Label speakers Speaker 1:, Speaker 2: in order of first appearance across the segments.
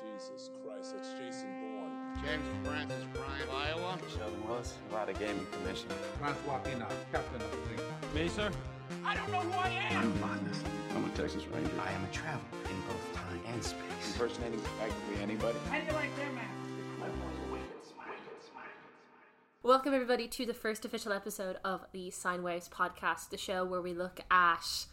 Speaker 1: Jesus Christ, that's Jason Bourne.
Speaker 2: James Francis Bryan of Iowa.
Speaker 3: Sheldon Willis, a lot of gaming commission.
Speaker 4: Francois Pinard, captain of the team.
Speaker 5: I'm blindness.
Speaker 3: I'm a Texas Ranger.
Speaker 5: I am a traveler in both time and space.
Speaker 3: impersonating practically anybody.
Speaker 6: Welcome, everybody, to the first official episode of the Sine Waves podcast, the show where we look at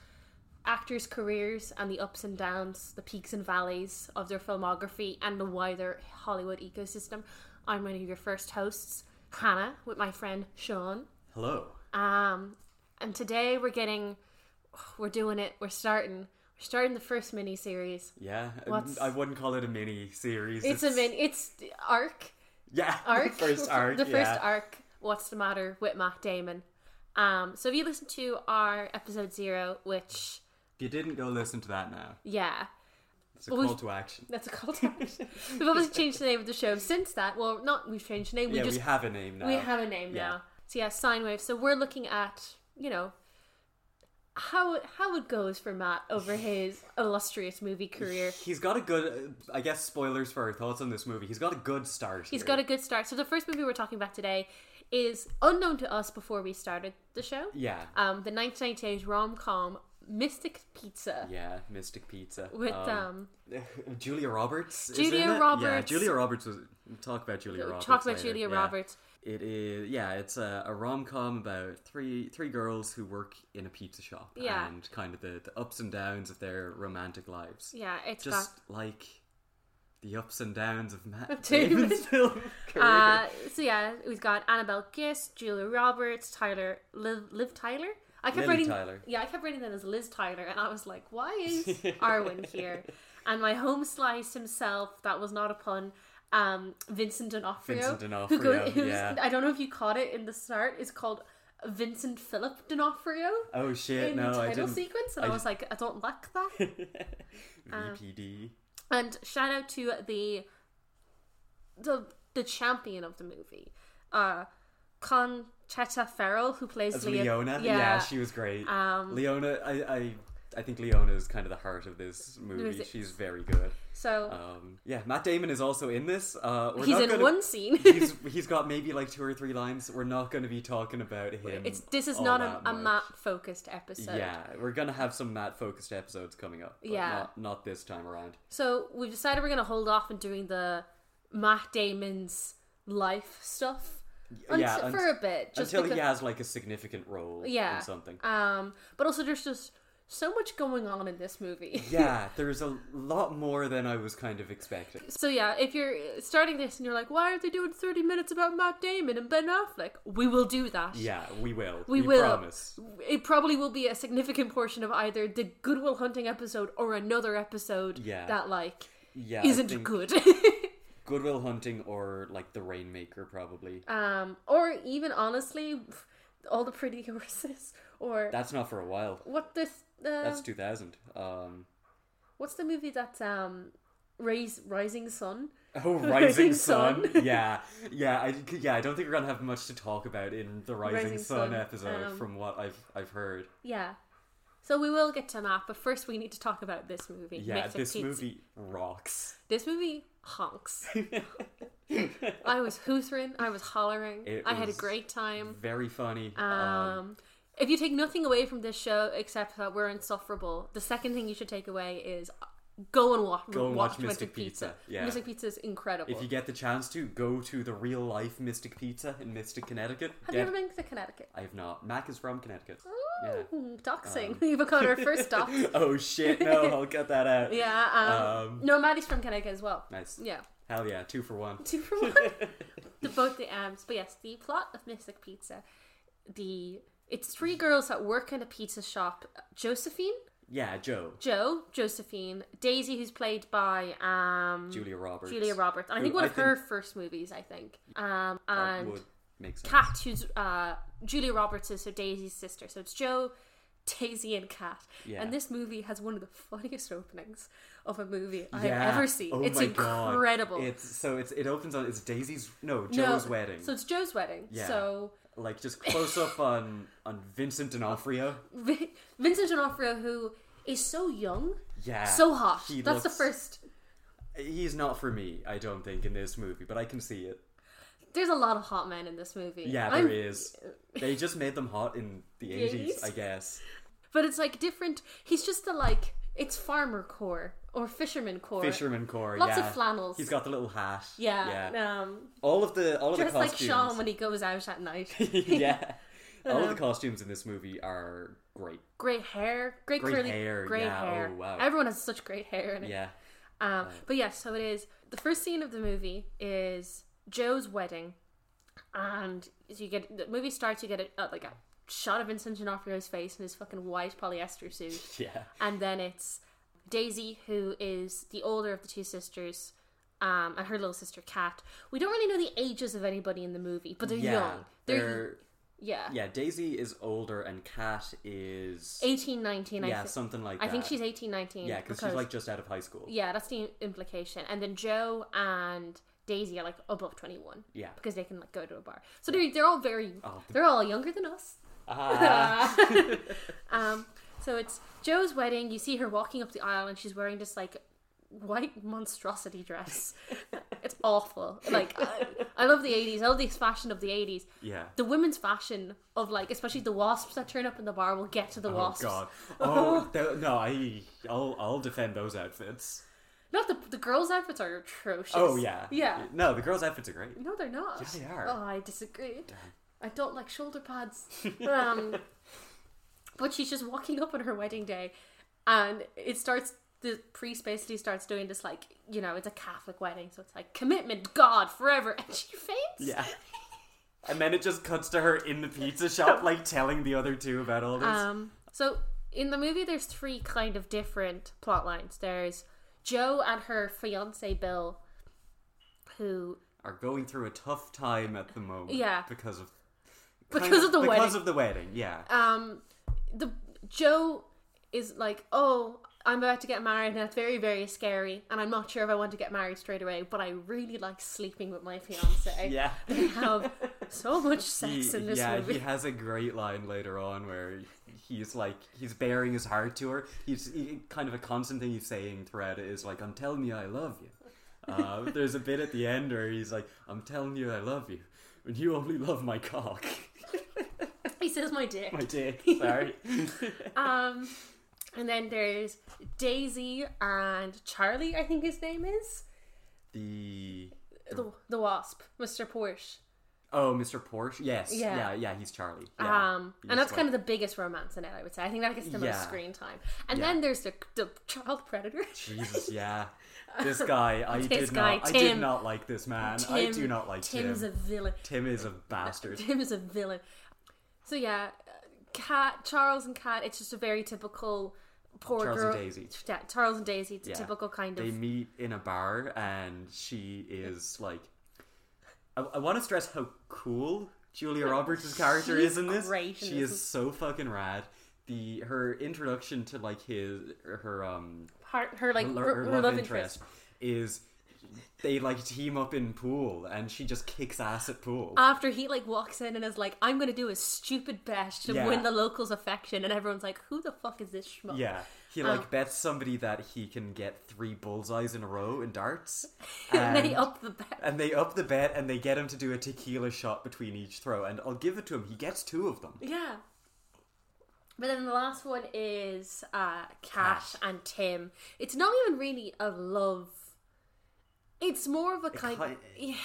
Speaker 6: actors' careers and the ups and downs, the peaks and valleys of their filmography and the wider Hollywood ecosystem. I'm one of your first hosts, Hannah, with my friend Sean.
Speaker 5: Hello.
Speaker 6: Um, and today we're getting, we're doing it, we're starting. We're starting the first mini series.
Speaker 5: Yeah, I-
Speaker 6: What's-
Speaker 5: I wouldn't call it a mini series.
Speaker 6: It's a mini, it's the arc.
Speaker 5: Yeah,
Speaker 6: arc.
Speaker 5: first arc.
Speaker 6: The
Speaker 5: yeah.
Speaker 6: first arc. What's the matter with Matt Damon? Um, so if you listen to our episode zero, which
Speaker 5: If you didn't go listen to that now,
Speaker 6: yeah,
Speaker 5: it's a
Speaker 6: Well,
Speaker 5: call
Speaker 6: we-
Speaker 5: to action.
Speaker 6: that's a call to action. we've obviously changed the name of the show since that. Well, not we've changed the name. We
Speaker 5: yeah,
Speaker 6: just
Speaker 5: we have a name now.
Speaker 6: we have a name
Speaker 5: Yeah.
Speaker 6: now. So yeah, sine wave. So we're looking at you know how how it goes for Matt over his illustrious movie career.
Speaker 5: He's got a good, uh, I guess, spoilers for our thoughts on this movie. He's got a good start.
Speaker 6: He's
Speaker 5: here.
Speaker 6: got a good start. So the first movie we're talking about today is unknown to us before we started the show.
Speaker 5: Yeah.
Speaker 6: um, the 1998 rom com Mystic Pizza
Speaker 5: yeah, Mystic Pizza.
Speaker 6: with um,
Speaker 5: Julia Roberts. is
Speaker 6: Julia
Speaker 5: in it? Yeah,
Speaker 6: Roberts.
Speaker 5: Julia Roberts was. Talk about Julia Roberts.
Speaker 6: talk about
Speaker 5: later,
Speaker 6: Julia
Speaker 5: yeah.
Speaker 6: Roberts.
Speaker 5: It is yeah, it's a, a rom com about three three girls who work in a pizza shop
Speaker 6: Yeah.
Speaker 5: and kind of the, the ups and downs of their romantic lives.
Speaker 6: Yeah, it's
Speaker 5: Just like the ups and downs of Matt
Speaker 6: Damon.
Speaker 5: Damon's film career.
Speaker 6: got uh, so yeah, we've got Annabelle Giss, Julia Roberts, Tyler Liv, Liv Tyler. I kept
Speaker 5: Lily
Speaker 6: writing
Speaker 5: Tyler.
Speaker 6: yeah, I kept writing that as Liz Tyler, and I was like, why is Arwen here? And my home slice himself, that was not a pun. Um, Vincent D'Onofrio,
Speaker 5: Vincent
Speaker 6: who
Speaker 5: D'Onofrio,
Speaker 6: who's-
Speaker 5: yeah.
Speaker 6: I don't know if you caught it in the start, is called Vincent Philip D'Onofrio.
Speaker 5: oh shit,
Speaker 6: in
Speaker 5: no,
Speaker 6: the
Speaker 5: I
Speaker 6: title
Speaker 5: didn't.
Speaker 6: sequence, and I,
Speaker 5: I
Speaker 6: was like, uh, I don't like that.
Speaker 5: VPD.
Speaker 6: and shout out to the the the champion of the movie, uh, Conchetta Farrell, who plays
Speaker 5: As
Speaker 6: Leo-
Speaker 5: Leona, yeah. she was great.
Speaker 6: Um,
Speaker 5: Leona, I, I, I think Leona is kind of the heart of this movie.
Speaker 6: Music.
Speaker 5: She's very good.
Speaker 6: so
Speaker 5: Um, yeah, Matt Damon is also in this. Uh, we're
Speaker 6: he's
Speaker 5: not
Speaker 6: in
Speaker 5: gonna-
Speaker 6: one scene.
Speaker 5: he's he's got maybe like two or three lines. We're not going to be talking about him.
Speaker 6: it's this is
Speaker 5: all
Speaker 6: not a,
Speaker 5: that
Speaker 6: a
Speaker 5: much.
Speaker 6: Matt focused episode.
Speaker 5: Yeah, we're gonna have some Matt focused episodes coming up. But
Speaker 6: Yeah.
Speaker 5: not, not this time around.
Speaker 6: So we've decided we're gonna hold off on doing the Matt Damon's life stuff. unt-
Speaker 5: yeah, unt-
Speaker 6: for a bit, just
Speaker 5: Until
Speaker 6: because,
Speaker 5: he has like a significant role
Speaker 6: yeah,
Speaker 5: in something.
Speaker 6: Um, but also there's just so much going on in this movie.
Speaker 5: yeah, there's a lot more than I was kind of expecting.
Speaker 6: So yeah, if you're starting this and you're like, why are they doing 30 minutes about Matt Damon and Ben Affleck? We will do that.
Speaker 5: Yeah, we will.
Speaker 6: We will.
Speaker 5: promise.
Speaker 6: It probably will be a significant portion of either the Goodwill Hunting episode or another episode
Speaker 5: Yeah.
Speaker 6: that like
Speaker 5: Yeah, I
Speaker 6: isn't
Speaker 5: think
Speaker 6: good.
Speaker 5: Goodwill Hunting or like The Rainmaker probably.
Speaker 6: um or even honestly all the pretty horses or
Speaker 5: That's not for a while.
Speaker 6: what this uh,
Speaker 5: That's 2000. Um,
Speaker 6: what's the movie that's um Raise Rising Sun?
Speaker 5: Oh, Rising
Speaker 6: Rising
Speaker 5: Sun.
Speaker 6: Sun.
Speaker 5: yeah, yeah, I, yeah. I don't think we're gonna have much to talk about in the Rising,
Speaker 6: Rising
Speaker 5: Sun,
Speaker 6: Sun,
Speaker 5: episode,
Speaker 6: um,
Speaker 5: from what I've I've heard.
Speaker 6: Yeah. So we will get to that, but first we need to talk about this movie.
Speaker 5: Yeah,
Speaker 6: Mystic
Speaker 5: this
Speaker 6: Pizza.
Speaker 5: movie rocks.
Speaker 6: This movie honks. I was hootering, I was hollering,
Speaker 5: It
Speaker 6: I had a
Speaker 5: was
Speaker 6: great time.
Speaker 5: Very funny. Um,
Speaker 6: Um, if you take nothing away from this show except that we're insufferable, the second thing you should take away is uh, go and watch,
Speaker 5: Go and watch
Speaker 6: Mystic,
Speaker 5: Mystic
Speaker 6: Pizza.
Speaker 5: Pizza, yeah.
Speaker 6: Mystic Pizza is incredible.
Speaker 5: if you get the chance to go to the real life Mystic Pizza in Mystic, Connecticut,
Speaker 6: Have
Speaker 5: get-
Speaker 6: you ever been to Connecticut?
Speaker 5: I have not. Mac is from Connecticut. Yeah. Um,
Speaker 6: Ooh, Doxing. We've got our first dox.
Speaker 5: oh shit! No, I'll cut that out.
Speaker 6: Yeah. Um, no, Maddie's from Connecticut as well.
Speaker 5: Nice.
Speaker 6: Yeah.
Speaker 5: Hell yeah! Two for one.
Speaker 6: two for one. the both the ams, but yes, the plot of Mystic Pizza. The it's three girls that work in a pizza shop. Josephine,
Speaker 5: Yeah, Joe.
Speaker 6: Joe, Josephine, Daisy, who's played by um
Speaker 5: Julia Roberts.
Speaker 6: Julia Roberts. And I
Speaker 5: Who
Speaker 6: think one
Speaker 5: I
Speaker 6: of her first movies. I think. Um
Speaker 5: That
Speaker 6: and
Speaker 5: would make sense.
Speaker 6: Kat, who's uh Julia Roberts is so Daisy's sister. So it's Joe. Daisy and Kat,
Speaker 5: Yeah.
Speaker 6: and this movie has one of the funniest openings of a movie
Speaker 5: Yeah.
Speaker 6: I've ever seen.
Speaker 5: Oh
Speaker 6: it's
Speaker 5: my God.
Speaker 6: incredible.
Speaker 5: It's so it's it opens on it's Daisy's no Joe's wedding.
Speaker 6: So it's Joe's wedding.
Speaker 5: Yeah.
Speaker 6: So
Speaker 5: like just close up on on Vincent D'Onofrio.
Speaker 6: Vin- Vincent D'Onofrio, who is so young,
Speaker 5: Yeah,
Speaker 6: so hot.
Speaker 5: Ah, he
Speaker 6: That's the
Speaker 5: looks-
Speaker 6: first.
Speaker 5: he's not for me. I don't think in this movie, but I can see it.
Speaker 6: There's a lot of hot men in this movie.
Speaker 5: Yeah,
Speaker 6: I'm-
Speaker 5: there is. They just made them hot in the eighties,
Speaker 6: 80s?
Speaker 5: I guess.
Speaker 6: But it's like different. He's just the like, it's farmer core or fisherman core.
Speaker 5: Fisherman core.
Speaker 6: Lots
Speaker 5: yeah.
Speaker 6: of flannels.
Speaker 5: He's got the little hat.
Speaker 6: Yeah. Um,
Speaker 5: All of the all of
Speaker 6: just
Speaker 5: the
Speaker 6: like
Speaker 5: costumes.
Speaker 6: Sean when he goes out at night.
Speaker 5: yeah. All of the costumes in this movie are great.
Speaker 6: Great hair. Great
Speaker 5: Great
Speaker 6: curly
Speaker 5: hair,
Speaker 6: Great
Speaker 5: yeah,
Speaker 6: hair.
Speaker 5: oh, wow.
Speaker 6: Everyone has such great hair in it.
Speaker 5: Yeah.
Speaker 6: Um, But yeah, so it is. The first scene of the movie is Joe's wedding, and so you get the movie starts. You get a, uh, like a shot of Vincent D'Onofrio's face in his fucking white polyester suit,
Speaker 5: Yeah.
Speaker 6: and then it's Daisy, who is the older of the two sisters, um, and her little sister Kat. We don't really know the ages of anybody in the movie, but they're
Speaker 5: yeah.
Speaker 6: young. They're,
Speaker 5: They're-
Speaker 6: yeah,
Speaker 5: yeah, Daisy is older and Kat is
Speaker 6: eighteen, nineteen. 18, 19, I
Speaker 5: Yeah,
Speaker 6: thi-
Speaker 5: something like
Speaker 6: I
Speaker 5: that.
Speaker 6: think she's 18, 19.
Speaker 5: Yeah, because she's like just out of high school.
Speaker 6: Yeah, that's the implication. And then Joe and Daisy are like above twenty one.
Speaker 5: Yeah.
Speaker 6: Because they can like go to a bar. So they're they're all very
Speaker 5: Oh, the-
Speaker 6: they're all younger than us.
Speaker 5: Ah.
Speaker 6: Um so it's Joe's wedding, you see her walking up the aisle and she's wearing this like white monstrosity dress. it's awful. Like I, I love the eighties, I love the fashion of the eighties.
Speaker 5: yeah.
Speaker 6: The women's fashion of like especially the wasps that turn up in the bar, we'll get to the
Speaker 5: Oh
Speaker 6: wasps.
Speaker 5: god. Oh tho- no, I I'll I'll defend those outfits.
Speaker 6: Not the the girls' outfits are atrocious.
Speaker 5: Oh yeah.
Speaker 6: Yeah.
Speaker 5: No, the girls' outfits are great.
Speaker 6: No, they're not.
Speaker 5: Yeah, they are.
Speaker 6: Oh, I disagree. I don't like shoulder pads. um, but she's just walking up on her wedding day, and it starts. The priest basically starts doing this, like you know, it's a Catholic wedding, so it's like commitment, God, forever, and she faints.
Speaker 5: Yeah. And then it just cuts to her in the pizza shop, like telling the other two about all this.
Speaker 6: Um, so in the movie, there's three kind of different plot lines. There's Joe and her fiance Bill, who
Speaker 5: are going through a tough time at the moment.
Speaker 6: Yeah.
Speaker 5: Because of
Speaker 6: because
Speaker 5: kind
Speaker 6: of the
Speaker 5: because
Speaker 6: wedding,
Speaker 5: of the wedding. Yeah.
Speaker 6: um the joe is like oh i'm about to get married and that's very very scary and i'm not sure if i want to get married straight away but i really like sleeping with my fiance
Speaker 5: yeah.
Speaker 6: they have so much sex
Speaker 5: He-
Speaker 6: in this
Speaker 5: yeah,
Speaker 6: movie
Speaker 5: he has a great line later on where he's like he's bearing his heart to her. He's he, kind of a constant thing he's saying throughout it is like, "I'm telling you, I love you." Uh, there's a bit at the end where he's like, "I'm telling you, I love you," and you only love my cock,
Speaker 6: he says my dick
Speaker 5: my dick. Sorry.
Speaker 6: um and then there's daisy and charlie i think his name is
Speaker 5: the
Speaker 6: the, the wasp mr porsche
Speaker 5: oh, Mr. Porsche. Yes.
Speaker 6: Yeah.
Speaker 5: Yeah. Yeah. he's Charlie. Yeah.
Speaker 6: um,
Speaker 5: He's
Speaker 6: and that's
Speaker 5: like-
Speaker 6: kind of the biggest romance in it, I would say. I think that gets the most
Speaker 5: Yeah.
Speaker 6: screen time. And
Speaker 5: Yeah.
Speaker 6: then there's the, the child predator.
Speaker 5: Jesus, yeah. This guy, I
Speaker 6: This
Speaker 5: did
Speaker 6: guy,
Speaker 5: not. I did
Speaker 6: Tim.
Speaker 5: not like this man. I do not like
Speaker 6: Tim's
Speaker 5: Tim.
Speaker 6: a villain.
Speaker 5: Tim is a bastard.
Speaker 6: Tim is a villain. So yeah, Cat Charles and Cat. It's just a very typical poor
Speaker 5: Charles
Speaker 6: girl.
Speaker 5: and Daisy.
Speaker 6: Yeah, Charles and Daisy. It's
Speaker 5: Yeah.
Speaker 6: a typical kind of.
Speaker 5: They meet in a bar, and she is like. I, I want to stress how cool Julia Roberts' character
Speaker 6: She's
Speaker 5: is in this.
Speaker 6: great in
Speaker 5: she
Speaker 6: this.
Speaker 5: is so fucking rad. The her introduction to like his her um
Speaker 6: Her, her like
Speaker 5: her,
Speaker 6: her,
Speaker 5: her
Speaker 6: her
Speaker 5: love, interest, is they like team up in pool, and she just kicks ass at pool.
Speaker 6: After he like walks in and is like, "I'm gonna do a stupid bet to
Speaker 5: Yeah.
Speaker 6: win the locals' affection," and everyone's like, "Who the fuck is this schmuck?"
Speaker 5: Yeah. He
Speaker 6: um,
Speaker 5: like bets somebody that he can get three bullseyes in a row in darts. And,
Speaker 6: they up the bet.
Speaker 5: and they up the bet and they get him to do a tequila shot between each throw, and I'll give it to him. He gets two of them.
Speaker 6: Yeah. But then the last one is uh, Cash
Speaker 5: Cash.
Speaker 6: and Tim. It's not even really a love. It's more of a kind.
Speaker 5: kind-
Speaker 6: yeah,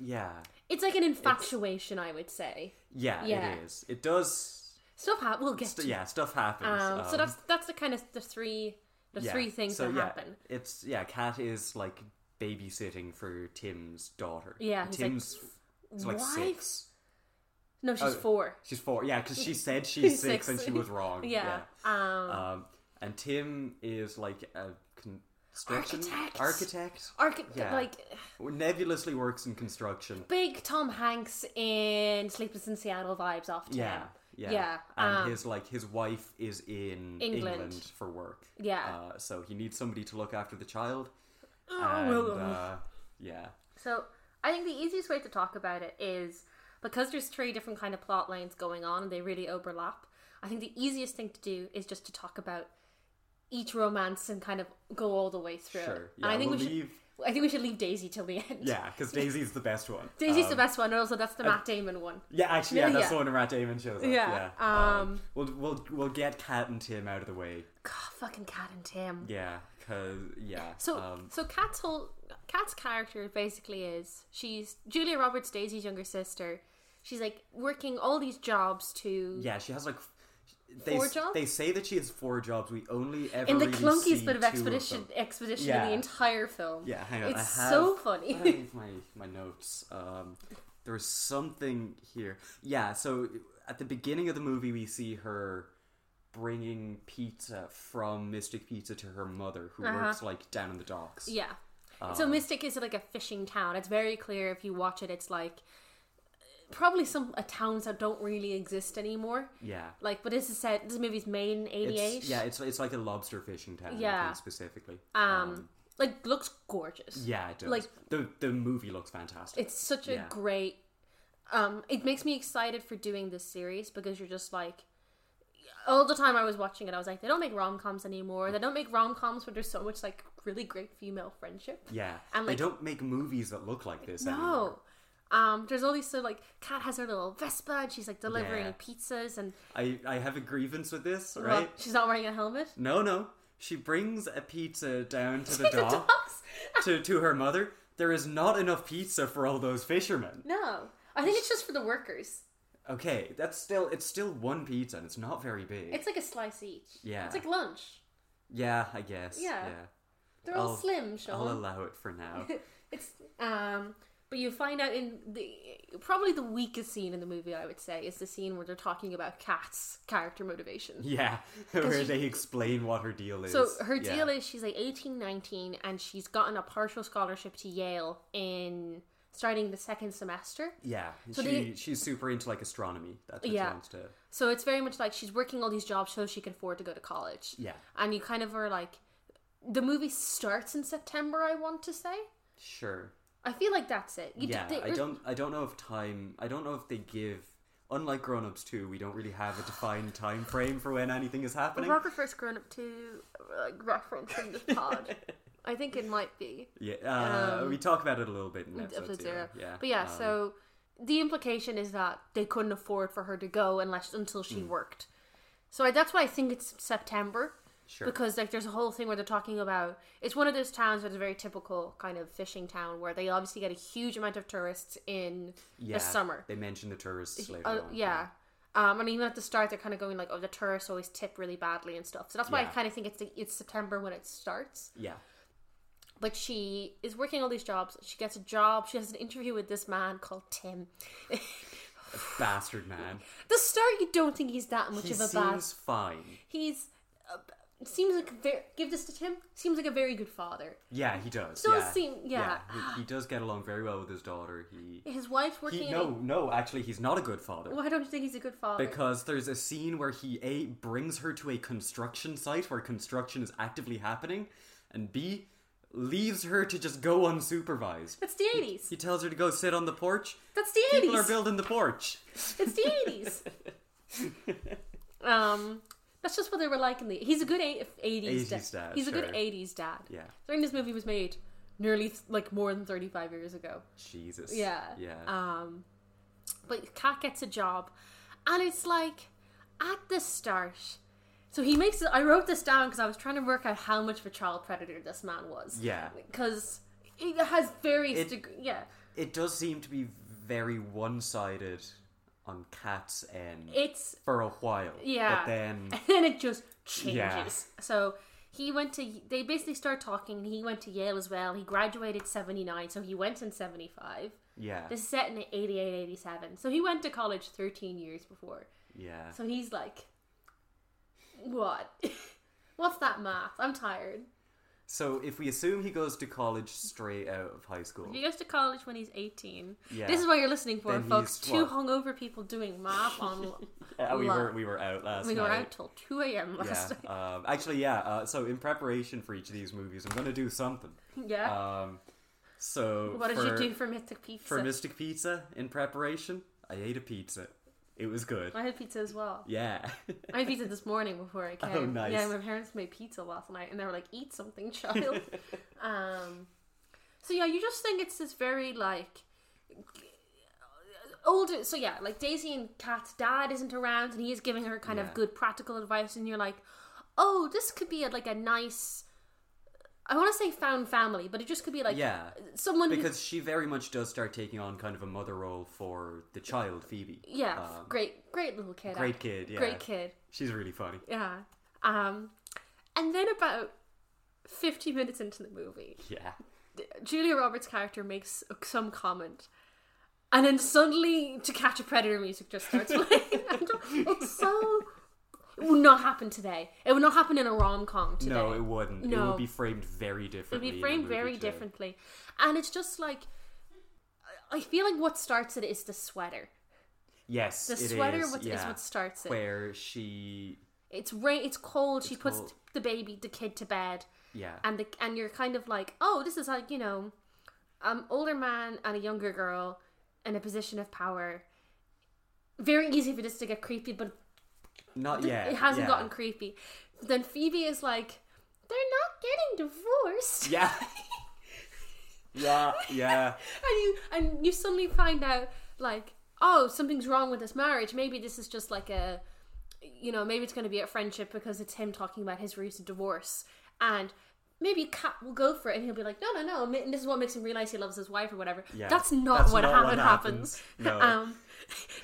Speaker 5: Yeah.
Speaker 6: it's like an infatuation, I would say.
Speaker 5: Yeah,
Speaker 6: Yeah.
Speaker 5: it is. It does
Speaker 6: Stuff happens. We'll get
Speaker 5: st-
Speaker 6: to.
Speaker 5: yeah, stuff happens.
Speaker 6: Um, so
Speaker 5: um,
Speaker 6: that's that's the kind of the three the
Speaker 5: yeah.
Speaker 6: three things
Speaker 5: So,
Speaker 6: that
Speaker 5: yeah,
Speaker 6: happen.
Speaker 5: It's yeah, Kat is like babysitting for Tim's daughter.
Speaker 6: Yeah, he's like,
Speaker 5: Tim's is like
Speaker 6: "What?"
Speaker 5: six.
Speaker 6: No, she's
Speaker 5: Oh.
Speaker 6: four.
Speaker 5: She's four. Yeah, because she said she's six,
Speaker 6: Six.
Speaker 5: and she was wrong.
Speaker 6: Yeah. Um,
Speaker 5: Um, and Tim is like a construction
Speaker 6: Architect.
Speaker 5: architect.
Speaker 6: arch-
Speaker 5: yeah.
Speaker 6: like
Speaker 5: who nebulously works in construction.
Speaker 6: big Tom Hanks in Sleepless in Seattle vibes off. Tim.
Speaker 5: Yeah, yeah,
Speaker 6: Yeah,
Speaker 5: And
Speaker 6: um,
Speaker 5: his like his wife is in
Speaker 6: England.
Speaker 5: England, for work.
Speaker 6: Yeah. Oh,
Speaker 5: Uh, so he needs somebody to look after the child.
Speaker 6: well,
Speaker 5: and, uh, yeah.
Speaker 6: So I think the easiest way to talk about it is because there's three different kind of plot lines going on and they really overlap. I think the easiest thing to do is just to talk about each romance and kind of go all the way through.
Speaker 5: Sure.
Speaker 6: it. and
Speaker 5: Yeah,
Speaker 6: I think
Speaker 5: we'll
Speaker 6: we should
Speaker 5: leave
Speaker 6: I think we should leave Daisy till the end.
Speaker 5: Yeah, because Daisy's the best one.
Speaker 6: Daisy's
Speaker 5: Um,
Speaker 6: the best one, and also that's the Matt Damon one.
Speaker 5: Yeah, actually, yeah,
Speaker 6: Yeah,
Speaker 5: that's
Speaker 6: yeah.
Speaker 5: the one where Matt Damon shows up.
Speaker 6: Yeah,
Speaker 5: Yeah.
Speaker 6: um,
Speaker 5: we'll we'll we'll get Cat and Tim out of the way.
Speaker 6: God, fucking Cat and Tim.
Speaker 5: Yeah, cause yeah.
Speaker 6: So,
Speaker 5: um,
Speaker 6: so Kat's whole Kat's character basically is she's Julia Roberts, Daisy's younger sister. She's like working all these jobs to
Speaker 5: yeah, she has like f- they
Speaker 6: Four
Speaker 5: s-
Speaker 6: jobs?
Speaker 5: They say that she has four jobs. We only ever
Speaker 6: in the
Speaker 5: really see
Speaker 6: clunkiest bit of
Speaker 5: two
Speaker 6: expedition
Speaker 5: them.
Speaker 6: expedition
Speaker 5: Yeah.
Speaker 6: in the entire film.
Speaker 5: Yeah, hang on.
Speaker 6: it's
Speaker 5: I have,
Speaker 6: so funny.
Speaker 5: I have my my notes. Um, there was something here. Yeah, so at the beginning of the movie, we see her bringing pizza from Mystic Pizza to her mother, who works like down in the docks.
Speaker 6: Uh-huh. yeah. so
Speaker 5: Um,
Speaker 6: Mystic is like a fishing town. It's very clear if you watch it. It's like probably some uh, towns that don't really exist anymore.
Speaker 5: Yeah.
Speaker 6: Like, but this is set. This movie's made in '88.
Speaker 5: It's, yeah, it's it's like a lobster fishing town. I
Speaker 6: Yeah.
Speaker 5: think, specifically.
Speaker 6: Um, like looks gorgeous.
Speaker 5: yeah, it does.
Speaker 6: like-
Speaker 5: the the movie looks fantastic.
Speaker 6: It's such a
Speaker 5: Yeah.
Speaker 6: great. Um, it makes me excited for doing this series because you're just like, all the time I was watching it, I was like, they don't make rom coms anymore. They don't make rom coms where there's so much like really great female friendship.
Speaker 5: yeah,
Speaker 6: and, like-
Speaker 5: they don't make movies that look like this anymore.
Speaker 6: No. Um, there's all these so like Kat has her little Vespa and she's like delivering
Speaker 5: Yeah.
Speaker 6: pizzas and
Speaker 5: I I have a grievance with this,
Speaker 6: well,
Speaker 5: right?
Speaker 6: she's not wearing a helmet.
Speaker 5: No, no. She brings a pizza down to the
Speaker 6: She's a
Speaker 5: dock
Speaker 6: dox.
Speaker 5: to to her mother. There is not enough pizza for all those fishermen.
Speaker 6: No, I think it's just for the workers.
Speaker 5: Okay, that's still it's still one pizza and it's not very big.
Speaker 6: It's like a slice each.
Speaker 5: Yeah.
Speaker 6: it's like lunch.
Speaker 5: yeah, I guess.
Speaker 6: Yeah.
Speaker 5: yeah.
Speaker 6: They're all
Speaker 5: I'll-
Speaker 6: slim, Sean.
Speaker 5: I'll allow it for now.
Speaker 6: It's um, but you find out in the probably the weakest scene in the movie, I would say, is the scene where they're talking about Kat's character motivation.
Speaker 5: yeah, where
Speaker 6: she-
Speaker 5: they explain what her deal is.
Speaker 6: So her
Speaker 5: Yeah.
Speaker 6: deal is she's like 18, 19, and she's gotten a partial scholarship to Yale in starting the second semester.
Speaker 5: Yeah,
Speaker 6: So
Speaker 5: she
Speaker 6: they-
Speaker 5: she's super into like astronomy. That's what
Speaker 6: Yeah.
Speaker 5: she wants to.
Speaker 6: So it's very much like she's working all these jobs so she can afford to go to college.
Speaker 5: Yeah,
Speaker 6: And you kind of are like, the movie starts in September, I want to say.
Speaker 5: sure.
Speaker 6: I feel like that's it. You d-
Speaker 5: yeah,
Speaker 6: they-
Speaker 5: I don't I don't know if time. I don't know if they give. Unlike Grown Ups 2, we don't really have a defined time frame for when anything is happening.
Speaker 6: Rocket First Grown Up 2 like, reference in this pod. I think it might be
Speaker 5: Yeah, uh, we talk about it a little bit in episode,
Speaker 6: episode
Speaker 5: zero.
Speaker 6: zero.
Speaker 5: Yeah,
Speaker 6: But um, yeah,
Speaker 5: um,
Speaker 6: so the implication is that they couldn't afford for her to go unless until she
Speaker 5: Hmm.
Speaker 6: worked. So I, that's why I think it's September
Speaker 5: sure.
Speaker 6: because like there's a whole thing where they're talking about it's one of those towns that's a very typical kind of fishing town where they obviously get a huge amount of tourists in
Speaker 5: yeah,
Speaker 6: the summer.
Speaker 5: they mention the tourists later
Speaker 6: Uh,
Speaker 5: on.
Speaker 6: yeah. Um, and even at the start, they're kind of going like, "Oh, the tourists always tip really badly and stuff." So that's why I
Speaker 5: Yeah.
Speaker 6: kind of think it's the, it's September when it starts.
Speaker 5: yeah,
Speaker 6: But she is working all these jobs. She gets a job. She has an interview with this man called Tim.
Speaker 5: bastard man.
Speaker 6: the start, you don't think he's that much
Speaker 5: He
Speaker 6: of a
Speaker 5: seems
Speaker 6: bad.
Speaker 5: fine.
Speaker 6: He's uh, seems like a very, give this to Tim. Seems like a very good father.
Speaker 5: Yeah, he does.
Speaker 6: Does
Speaker 5: yeah.
Speaker 6: seem- yeah.
Speaker 5: he, he does get along very well with his daughter. He,
Speaker 6: His wife's working.
Speaker 5: he
Speaker 6: in
Speaker 5: no, no, actually, he's not a good father.
Speaker 6: a, why don't you think he's a good father?
Speaker 5: Because there's a scene where he A brings her to a construction site where construction is actively happening, and B leaves her to just go unsupervised.
Speaker 6: that's the eighties.
Speaker 5: He tells her to go sit on the porch.
Speaker 6: That's the
Speaker 5: People are
Speaker 6: eighties.
Speaker 5: building the porch.
Speaker 6: It's the eighties. um, that's just what they were like in the. He's a good eighties
Speaker 5: 80s
Speaker 6: dad.
Speaker 5: dad,
Speaker 6: He's a good
Speaker 5: sure.
Speaker 6: eighties dad.
Speaker 5: Yeah.
Speaker 6: I think this movie was made nearly like more than thirty five years ago.
Speaker 5: Jesus.
Speaker 6: Yeah.
Speaker 5: Yeah.
Speaker 6: Um, but Kat gets a job, and it's like at the start. So he makes. I wrote this down because I was trying to work out how much of a child predator this man was.
Speaker 5: Yeah.
Speaker 6: Because it has various
Speaker 5: It-
Speaker 6: degrees. Yeah.
Speaker 5: it does seem to be very one-sided on Cat's end
Speaker 6: It's
Speaker 5: for a while.
Speaker 6: Yeah.
Speaker 5: But then
Speaker 6: then it just changes.
Speaker 5: Yeah.
Speaker 6: So he went to they basically start talking. He went to Yale as well. He graduated 79, so he went in 75.
Speaker 5: yeah.
Speaker 6: This is set in 88 87. So he went to college 13 years before.
Speaker 5: yeah.
Speaker 6: So he's like what? What's that math? I'm tired.
Speaker 5: So if we assume he goes to college straight out of high school,
Speaker 6: He goes to college when he's 18.
Speaker 5: Yeah.
Speaker 6: This is what you're listening for,
Speaker 5: Then
Speaker 6: folks.
Speaker 5: he's
Speaker 6: Two
Speaker 5: what?
Speaker 6: hungover people doing math on.
Speaker 5: Uh, we
Speaker 6: Lot.
Speaker 5: were we were out last
Speaker 6: we
Speaker 5: night.
Speaker 6: were out till 2 a.m.
Speaker 5: Yeah.
Speaker 6: last night.
Speaker 5: Um, actually, yeah. Uh, so in preparation for each of these movies, I'm gonna do something.
Speaker 6: Yeah.
Speaker 5: Um, so
Speaker 6: what did
Speaker 5: for,
Speaker 6: you do for Mythic Pizza?
Speaker 5: for Mystic Pizza in preparation? I ate a pizza. It was good.
Speaker 6: I had pizza as well.
Speaker 5: Yeah.
Speaker 6: I had pizza this morning before I came.
Speaker 5: Oh, nice.
Speaker 6: Yeah, my parents made pizza last night, and they were like, "Eat something, child." um, So yeah, you just think it's this very like older. So yeah, like Daisy and Kat's dad isn't around, and he is giving her kind
Speaker 5: Yeah.
Speaker 6: of good practical advice, and you're like, oh, this could be a, like a nice. I want to say found family, but it just could be like
Speaker 5: Yeah.
Speaker 6: someone who
Speaker 5: Because she very much does start taking on kind of a mother role for the child, Phoebe.
Speaker 6: Yeah,
Speaker 5: Um,
Speaker 6: great, great little kid.
Speaker 5: great
Speaker 6: act-
Speaker 5: kid, yeah.
Speaker 6: Great kid.
Speaker 5: She's really funny.
Speaker 6: Yeah. Um, and then about fifty minutes into the movie,
Speaker 5: Yeah.
Speaker 6: Julia Roberts' character makes some comment, and then suddenly "To Catch a Predator" music just starts playing. I don't- it's so. It would not happen today. It would not happen in a rom com today.
Speaker 5: No, it wouldn't. It
Speaker 6: No.
Speaker 5: would be framed very
Speaker 6: It'd
Speaker 5: differently.
Speaker 6: be framed very
Speaker 5: differently.
Speaker 6: differently, and it's just like I- I feel like what starts it is the sweater.
Speaker 5: Yes,
Speaker 6: The
Speaker 5: it
Speaker 6: sweater
Speaker 5: is,
Speaker 6: what- is
Speaker 5: yeah.
Speaker 6: what starts it.
Speaker 5: Where she,
Speaker 6: It's rain. It's cold. she puts
Speaker 5: cold.
Speaker 6: the baby, the kid, to bed.
Speaker 5: yeah,
Speaker 6: and the and you're kind of like, oh, this is like you know, um, older man and a younger girl in a position of power. Very easy for this to get creepy, but
Speaker 5: not yet.
Speaker 6: it hasn't
Speaker 5: yeah.
Speaker 6: gotten creepy. Then Phoebe is like, they're not getting divorced.
Speaker 5: Yeah, yeah, yeah.
Speaker 6: and you and you suddenly find out like oh something's wrong with this marriage maybe this is just like a you know maybe it's going to be a friendship because it's him talking about his recent divorce and maybe cat will go for it and he'll be like no no no ma- and this is what makes him realize he loves his wife or whatever
Speaker 5: Yeah.
Speaker 6: that's not
Speaker 5: That's
Speaker 6: what
Speaker 5: not
Speaker 6: happen-
Speaker 5: what
Speaker 6: happens,
Speaker 5: happens. No.
Speaker 6: um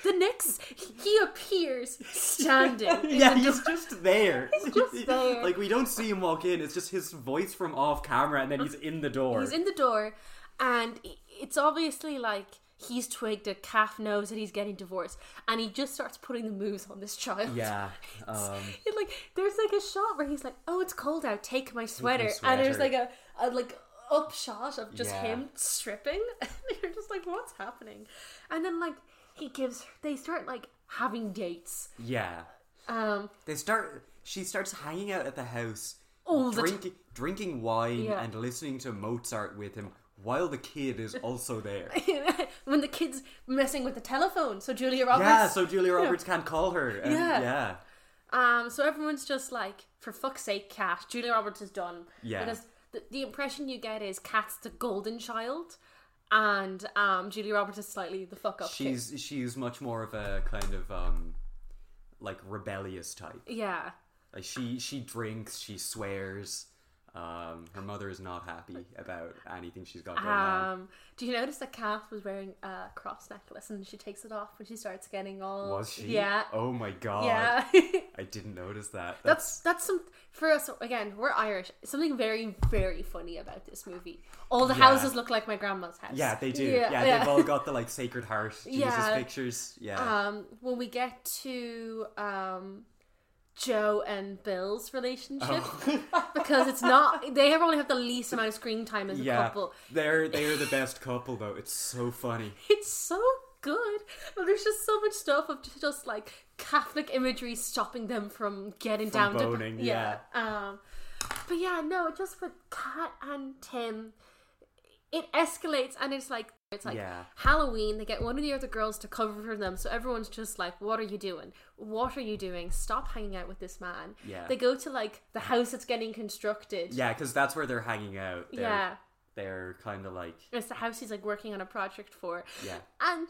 Speaker 6: the next he appears standing in
Speaker 5: Yeah,
Speaker 6: the
Speaker 5: he's just there. He's
Speaker 6: just there.
Speaker 5: like we don't see him walk in. It's just his voice from off camera, and then he's in the door.
Speaker 6: He's in the door, and i- it's obviously like he's twigged that Calf knows that he's getting divorced, and he just starts putting the moves on this child.
Speaker 5: yeah, um,
Speaker 6: And, like there's like a shot where he's like, "Oh, it's cold out. Take my sweater,", and there's like
Speaker 5: sweater.
Speaker 6: a, a like up shot of just
Speaker 5: Yeah.
Speaker 6: him stripping. And you're just like, "What's happening?" And then like he gives, they start like having dates.
Speaker 5: yeah.
Speaker 6: Um,
Speaker 5: They start. She starts hanging out at the house,
Speaker 6: All the t-
Speaker 5: drinking, drinking wine,
Speaker 6: Yeah.
Speaker 5: and listening to Mozart with him while the kid is also there.
Speaker 6: when the kids messing with the telephone, so Julia Roberts.
Speaker 5: yeah, so Julia Roberts can't call her. and-
Speaker 6: Yeah.
Speaker 5: yeah.
Speaker 6: Um, so everyone's just like, for fuck's sake, Cat. Julia Roberts is done.
Speaker 5: Yeah.
Speaker 6: Because the, the impression you get is Cat's the golden child, and um, Julia Roberts is slightly the fuck up. kid.
Speaker 5: she's she's much more of a kind of um like rebellious type
Speaker 6: yeah,
Speaker 5: like she she drinks she swears um her mother is not happy about anything she's got going on
Speaker 6: Um, do you notice that Kath was wearing a cross necklace and she takes it off when she starts getting all?
Speaker 5: was she
Speaker 6: Um, Yeah.
Speaker 5: oh my god
Speaker 6: Yeah.
Speaker 5: i didn't notice that
Speaker 6: That's that's some for us again. We're Irish. Something very very funny about this movie. All the houses look like my grandma's house.
Speaker 5: yeah they do yeah, they've all got the like sacred heart jesus
Speaker 6: Yeah.
Speaker 5: pictures yeah
Speaker 6: um, when we get to um, Joe and Bill's relationship
Speaker 5: Oh.
Speaker 6: because it's not they have only have the least amount of screen time as a
Speaker 5: yeah
Speaker 6: couple.
Speaker 5: they're they're the best couple though it's so funny
Speaker 6: It's so good, but there's just so much stuff of just, just like Catholic imagery stopping them from getting
Speaker 5: From
Speaker 6: down
Speaker 5: boning,
Speaker 6: to yeah. Um, but yeah, no, just with Kat and Tim, it escalates and it's like. It's like
Speaker 5: Yeah.
Speaker 6: Halloween. They get one of the other girls to cover for them, so everyone's just like, "What are you doing? What are you doing? Stop hanging out with this man."
Speaker 5: Yeah.
Speaker 6: They go to like the house that's getting constructed.
Speaker 5: yeah because that's where they're hanging out they're,
Speaker 6: Yeah.
Speaker 5: they're kind of like
Speaker 6: It's the house he's like working on a project for.
Speaker 5: yeah
Speaker 6: And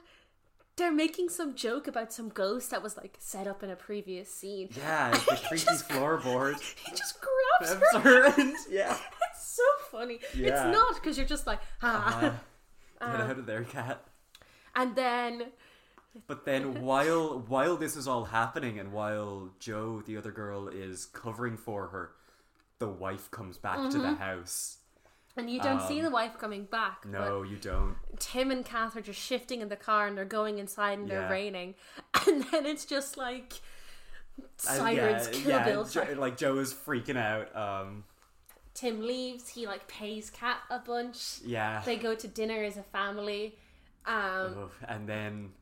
Speaker 6: they're making some joke about some ghost that was like set up in a previous scene.
Speaker 5: yeah it's the creepy floorboard
Speaker 6: He just grabs her.
Speaker 5: absurd. yeah.
Speaker 6: It's so funny.
Speaker 5: Yeah. Uh-huh.
Speaker 6: It's not because you're just like, ah.
Speaker 5: Uh, Get out of there, cat.
Speaker 6: And then,
Speaker 5: But then while while this is all happening and while Joe, the other girl, is covering for her, the wife comes back to
Speaker 6: Mm-hmm.
Speaker 5: the house.
Speaker 6: and you don't see the wife coming back.
Speaker 5: Um, No, you don't.
Speaker 6: But Tim and Kath are just shifting in the car and they're going inside and
Speaker 5: Yeah.
Speaker 6: they're raining. And then it's just like,
Speaker 5: And
Speaker 6: sirens, kill Bill.
Speaker 5: Uh, Jo- like Joe is freaking out. Um,
Speaker 6: Tim leaves. He like pays Kat a bunch.
Speaker 5: yeah.
Speaker 6: They go to dinner as a family. Um,
Speaker 5: Ugh, and then,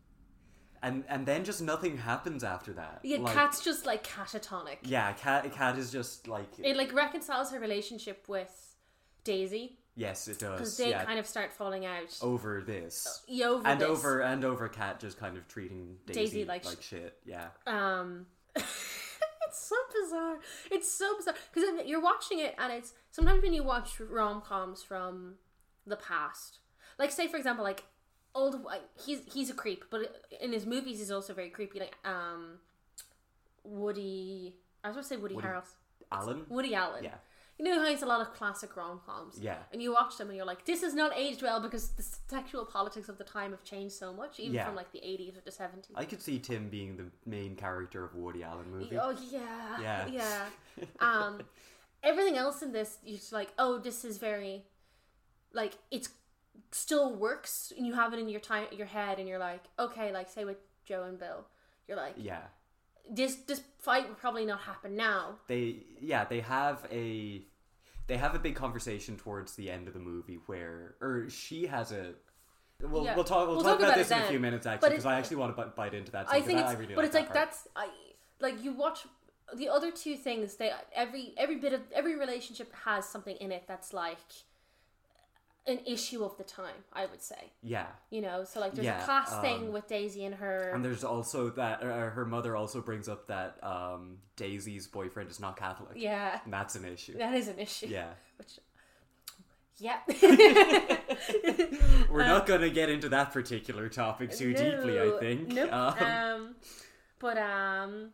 Speaker 5: and and then just nothing happens after that.
Speaker 6: yeah,
Speaker 5: like,
Speaker 6: Kat's just like catatonic.
Speaker 5: Yeah, cat. Cat is just like
Speaker 6: it like reconciles her relationship with Daisy
Speaker 5: yes, it
Speaker 6: because
Speaker 5: does.
Speaker 6: they
Speaker 5: yeah,
Speaker 6: kind of start falling out
Speaker 5: over this.
Speaker 6: Yeah, over
Speaker 5: and
Speaker 6: this.
Speaker 5: over and over cat just kind of treating daisy,
Speaker 6: Daisy
Speaker 5: like,
Speaker 6: like
Speaker 5: shit yeah
Speaker 6: Um, it's so bizarre. It's so bizarre because you're watching it, and it's sometimes when you watch rom coms from the past. Like say for example, like old wh- he's he's a creep, but in his movies he's also very creepy. Like um, Woody. I was gonna say Woody,
Speaker 5: Woody-
Speaker 6: Harrelson.
Speaker 5: Alan.
Speaker 6: Woody Allen.
Speaker 5: Yeah.
Speaker 6: You know how he's a lot of classic rom coms.
Speaker 5: Yeah.
Speaker 6: And you watch them and you're like, this has not aged well because the sexual politics of the time have changed so much, even
Speaker 5: Yeah.
Speaker 6: from like the 80s or the 70s.
Speaker 5: I could see Tim being the main character of a Woody Allen movie.
Speaker 6: Oh yeah,
Speaker 5: Yeah.
Speaker 6: yeah. Um, everything else in this, you're just like, oh, this is very, like, it's still works, and you have it in your time, your head, and you're like, okay, like, say with Joe and Bill, you're like,
Speaker 5: Yeah.
Speaker 6: this this fight would probably not happen now.
Speaker 5: they yeah they have a they have a big conversation towards the end of the movie where or she has a we'll,
Speaker 6: Yeah.
Speaker 5: we'll talk we'll, talk, about,
Speaker 6: it
Speaker 5: this in a
Speaker 6: then.
Speaker 5: few minutes
Speaker 6: But
Speaker 5: actually
Speaker 6: it-
Speaker 5: because I actually want to bite, bite into that scene,
Speaker 6: I
Speaker 5: 'cause
Speaker 6: think it's,
Speaker 5: I really
Speaker 6: but it's
Speaker 5: that
Speaker 6: like
Speaker 5: part.
Speaker 6: that's I like you watch the other two things. They every every bit of every relationship has something in it that's like an issue of the time. I would say.
Speaker 5: yeah
Speaker 6: you know so like there's
Speaker 5: Yeah,
Speaker 6: a class
Speaker 5: um,
Speaker 6: thing with daisy and her
Speaker 5: and there's also that uh, her mother also brings up that um, Daisy's boyfriend is not Catholic
Speaker 6: yeah
Speaker 5: and that's an issue
Speaker 6: that is an issue
Speaker 5: yeah
Speaker 6: which yeah
Speaker 5: we're not gonna get into that particular topic too deeply I
Speaker 6: Uh, No,
Speaker 5: think
Speaker 6: Uh, nope.
Speaker 5: Um,
Speaker 6: um, but um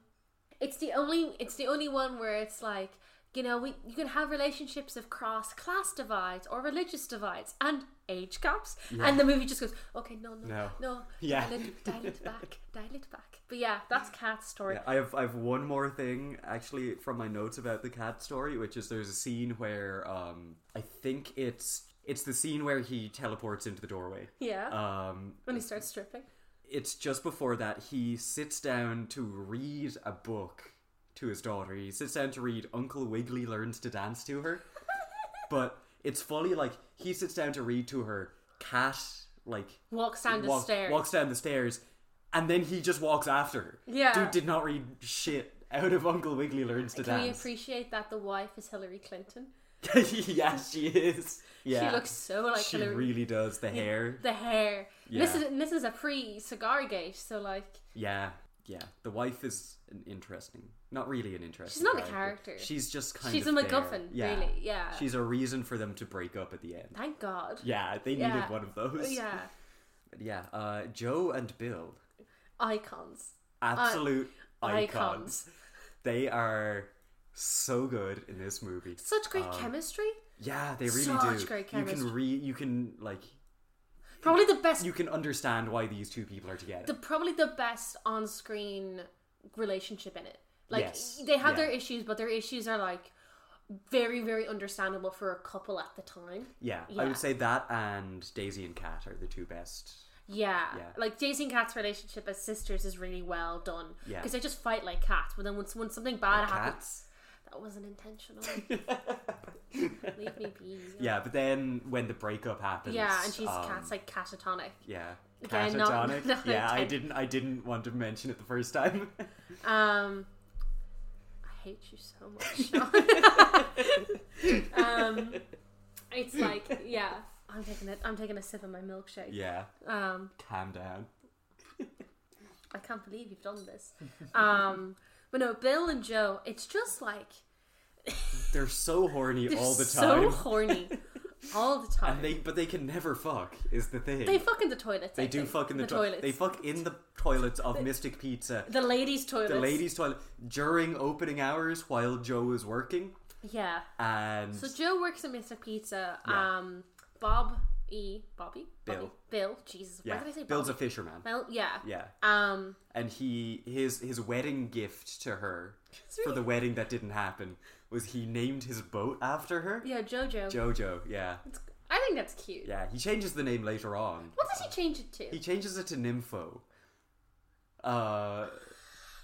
Speaker 6: it's the only it's the only one where it's like you know we you can have relationships of cross class divides or religious divides and age gaps and the movie just goes okay no no
Speaker 5: No.
Speaker 6: no,
Speaker 5: Yeah.
Speaker 6: dial, it, dial it back dial it back but yeah that's cat's story
Speaker 5: Yeah, I have I have one more thing actually from my notes about the cat story, which is there's a scene where um I think it's it's the scene where he teleports into the doorway.
Speaker 6: yeah,
Speaker 5: Um,
Speaker 6: when he starts stripping
Speaker 5: it's just before that he sits down to read a book to his daughter. He sits down to read Uncle Wiggily learns to dance to her, but it's funny like he sits down to read to her cat like
Speaker 6: walks down the
Speaker 5: walk-
Speaker 6: stairs
Speaker 5: Walks down the stairs, and then he just walks after her.
Speaker 6: Yeah.
Speaker 5: Dude did not read shit out of Uncle Wiggily Learns to
Speaker 6: Can we
Speaker 5: Dance.
Speaker 6: appreciate that the wife is Hillary Clinton?
Speaker 5: yes, she is. Yeah.
Speaker 6: She looks so like
Speaker 5: She
Speaker 6: Hillary.
Speaker 5: really does. The hair.
Speaker 6: the hair. And This
Speaker 5: Yeah.
Speaker 6: is and this is a pre cigar gate, so like
Speaker 5: Yeah. Yeah. The wife is an interesting. Not really an interesting.
Speaker 6: She's not a character.
Speaker 5: She's just kind
Speaker 6: She's
Speaker 5: of.
Speaker 6: a
Speaker 5: there.
Speaker 6: MacGuffin,
Speaker 5: Yeah.
Speaker 6: really, yeah.
Speaker 5: She's a reason for them to break up at the end.
Speaker 6: thank God.
Speaker 5: Yeah, they needed
Speaker 6: Yeah.
Speaker 5: one of those.
Speaker 6: Yeah.
Speaker 5: Yeah. Uh, Joe and Bill.
Speaker 6: Icons.
Speaker 5: Absolute
Speaker 6: Uh, Icons.
Speaker 5: icons. They are so good in this movie.
Speaker 6: Such great
Speaker 5: Um,
Speaker 6: chemistry.
Speaker 5: Yeah, they really
Speaker 6: Such
Speaker 5: do.
Speaker 6: great
Speaker 5: You
Speaker 6: chemistry.
Speaker 5: can re you can like
Speaker 6: Probably the best
Speaker 5: you can understand why these two people are together.
Speaker 6: the probably the best on screen relationship in it. Like
Speaker 5: Yes.
Speaker 6: they have
Speaker 5: Yeah.
Speaker 6: their issues, but their issues are like very, very understandable for a couple at the time.
Speaker 5: yeah, I
Speaker 6: yeah.
Speaker 5: would say that and Daisy and Kat are the two best.
Speaker 6: Yeah.
Speaker 5: Yeah.
Speaker 6: Like Daisy and Kat's relationship as sisters is really well done.
Speaker 5: Yeah.
Speaker 6: Because they just fight like cats, but then when, when something bad happens,
Speaker 5: Cats.
Speaker 6: that wasn't intentional. Leave me be.
Speaker 5: Yeah, but then when the breakup happens,
Speaker 6: Yeah, and she's
Speaker 5: um,
Speaker 6: cat's like catatonic.
Speaker 5: yeah,
Speaker 6: Again, not-
Speaker 5: catatonic.
Speaker 6: not
Speaker 5: yeah, I
Speaker 6: intent-
Speaker 5: didn't I didn't want to mention it the first time.
Speaker 6: Um, I hate you so much. Sean. um, it's like yeah, I'm taking it. I'm taking a sip of my milkshake.
Speaker 5: yeah,
Speaker 6: Um,
Speaker 5: calm down.
Speaker 6: I can't believe you've done this. Um, but no, Bill and Joe. It's just like
Speaker 5: They're so horny
Speaker 6: they're
Speaker 5: all the
Speaker 6: so
Speaker 5: time,
Speaker 6: horny all the time.
Speaker 5: and they but they can never fuck. Is the thing
Speaker 6: They fuck in the toilets.
Speaker 5: They
Speaker 6: I
Speaker 5: do
Speaker 6: think.
Speaker 5: fuck in the, toilet.
Speaker 6: toilets.
Speaker 5: They fuck in the toilets of Mystic Pizza.
Speaker 6: the ladies' toilets.
Speaker 5: the ladies' toilet during opening hours while Joe is working,
Speaker 6: Yeah.
Speaker 5: and
Speaker 6: So Joe works at Mr. Pizza.
Speaker 5: Yeah.
Speaker 6: Um, Bob E. Bobby.
Speaker 5: Bill.
Speaker 6: Bobby? Bill. Jesus.
Speaker 5: yeah,
Speaker 6: Why did I say
Speaker 5: Bill's a
Speaker 6: Bobby?
Speaker 5: fisherman.
Speaker 6: Bill. Yeah.
Speaker 5: Yeah,
Speaker 6: Um.
Speaker 5: and he his his wedding gift to her for the wedding that didn't happen was he named his boat after her.
Speaker 6: Yeah. Jojo.
Speaker 5: Jojo, yeah,
Speaker 6: I think that's cute.
Speaker 5: yeah. He changes the name later on.
Speaker 6: What does he change it to?
Speaker 5: He changes it to Nympho, uh,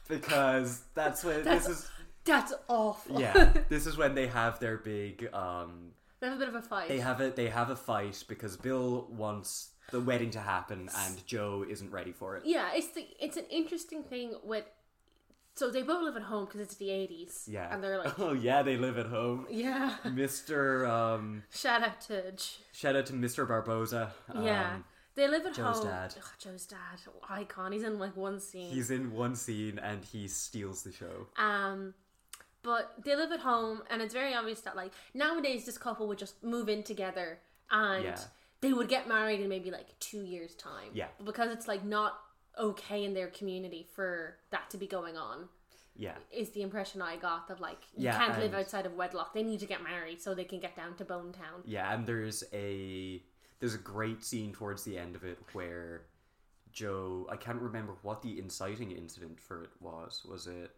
Speaker 5: because that's when this is.
Speaker 6: That's awful.
Speaker 5: Yeah, this is when they have their big um,
Speaker 6: they have a bit of a fight.
Speaker 5: They have a they have a fight because Bill wants the wedding to happen and Joe isn't ready for it.
Speaker 6: Yeah. It's the. It's an interesting thing with. So they both live at home because it's the eighties.
Speaker 5: Yeah.
Speaker 6: And they're like.
Speaker 5: Oh yeah, they live at home.
Speaker 6: yeah.
Speaker 5: Mr um
Speaker 6: Shout out to. J-
Speaker 5: shout out to Mr. Barbosa. Um,
Speaker 6: yeah. They live at
Speaker 5: Joe's
Speaker 6: home.
Speaker 5: dad.
Speaker 6: Ugh, Joe's dad. Icon. He's in like one scene.
Speaker 5: He's in one scene and he steals the show.
Speaker 6: Um, but they live at home, and it's very obvious that like nowadays this couple would just move in together and
Speaker 5: Yeah.
Speaker 6: they would get married in maybe like two years time
Speaker 5: Yeah.
Speaker 6: but because it's like not okay in their community for that to be going on
Speaker 5: Yeah.
Speaker 6: is the impression i got that like you
Speaker 5: Yeah,
Speaker 6: can't live
Speaker 5: and-
Speaker 6: outside of wedlock they need to get married so they can get down to bone town
Speaker 5: Yeah, and there's a there's a great scene towards the end of it where Joe I can't remember what the inciting incident for it was. Was it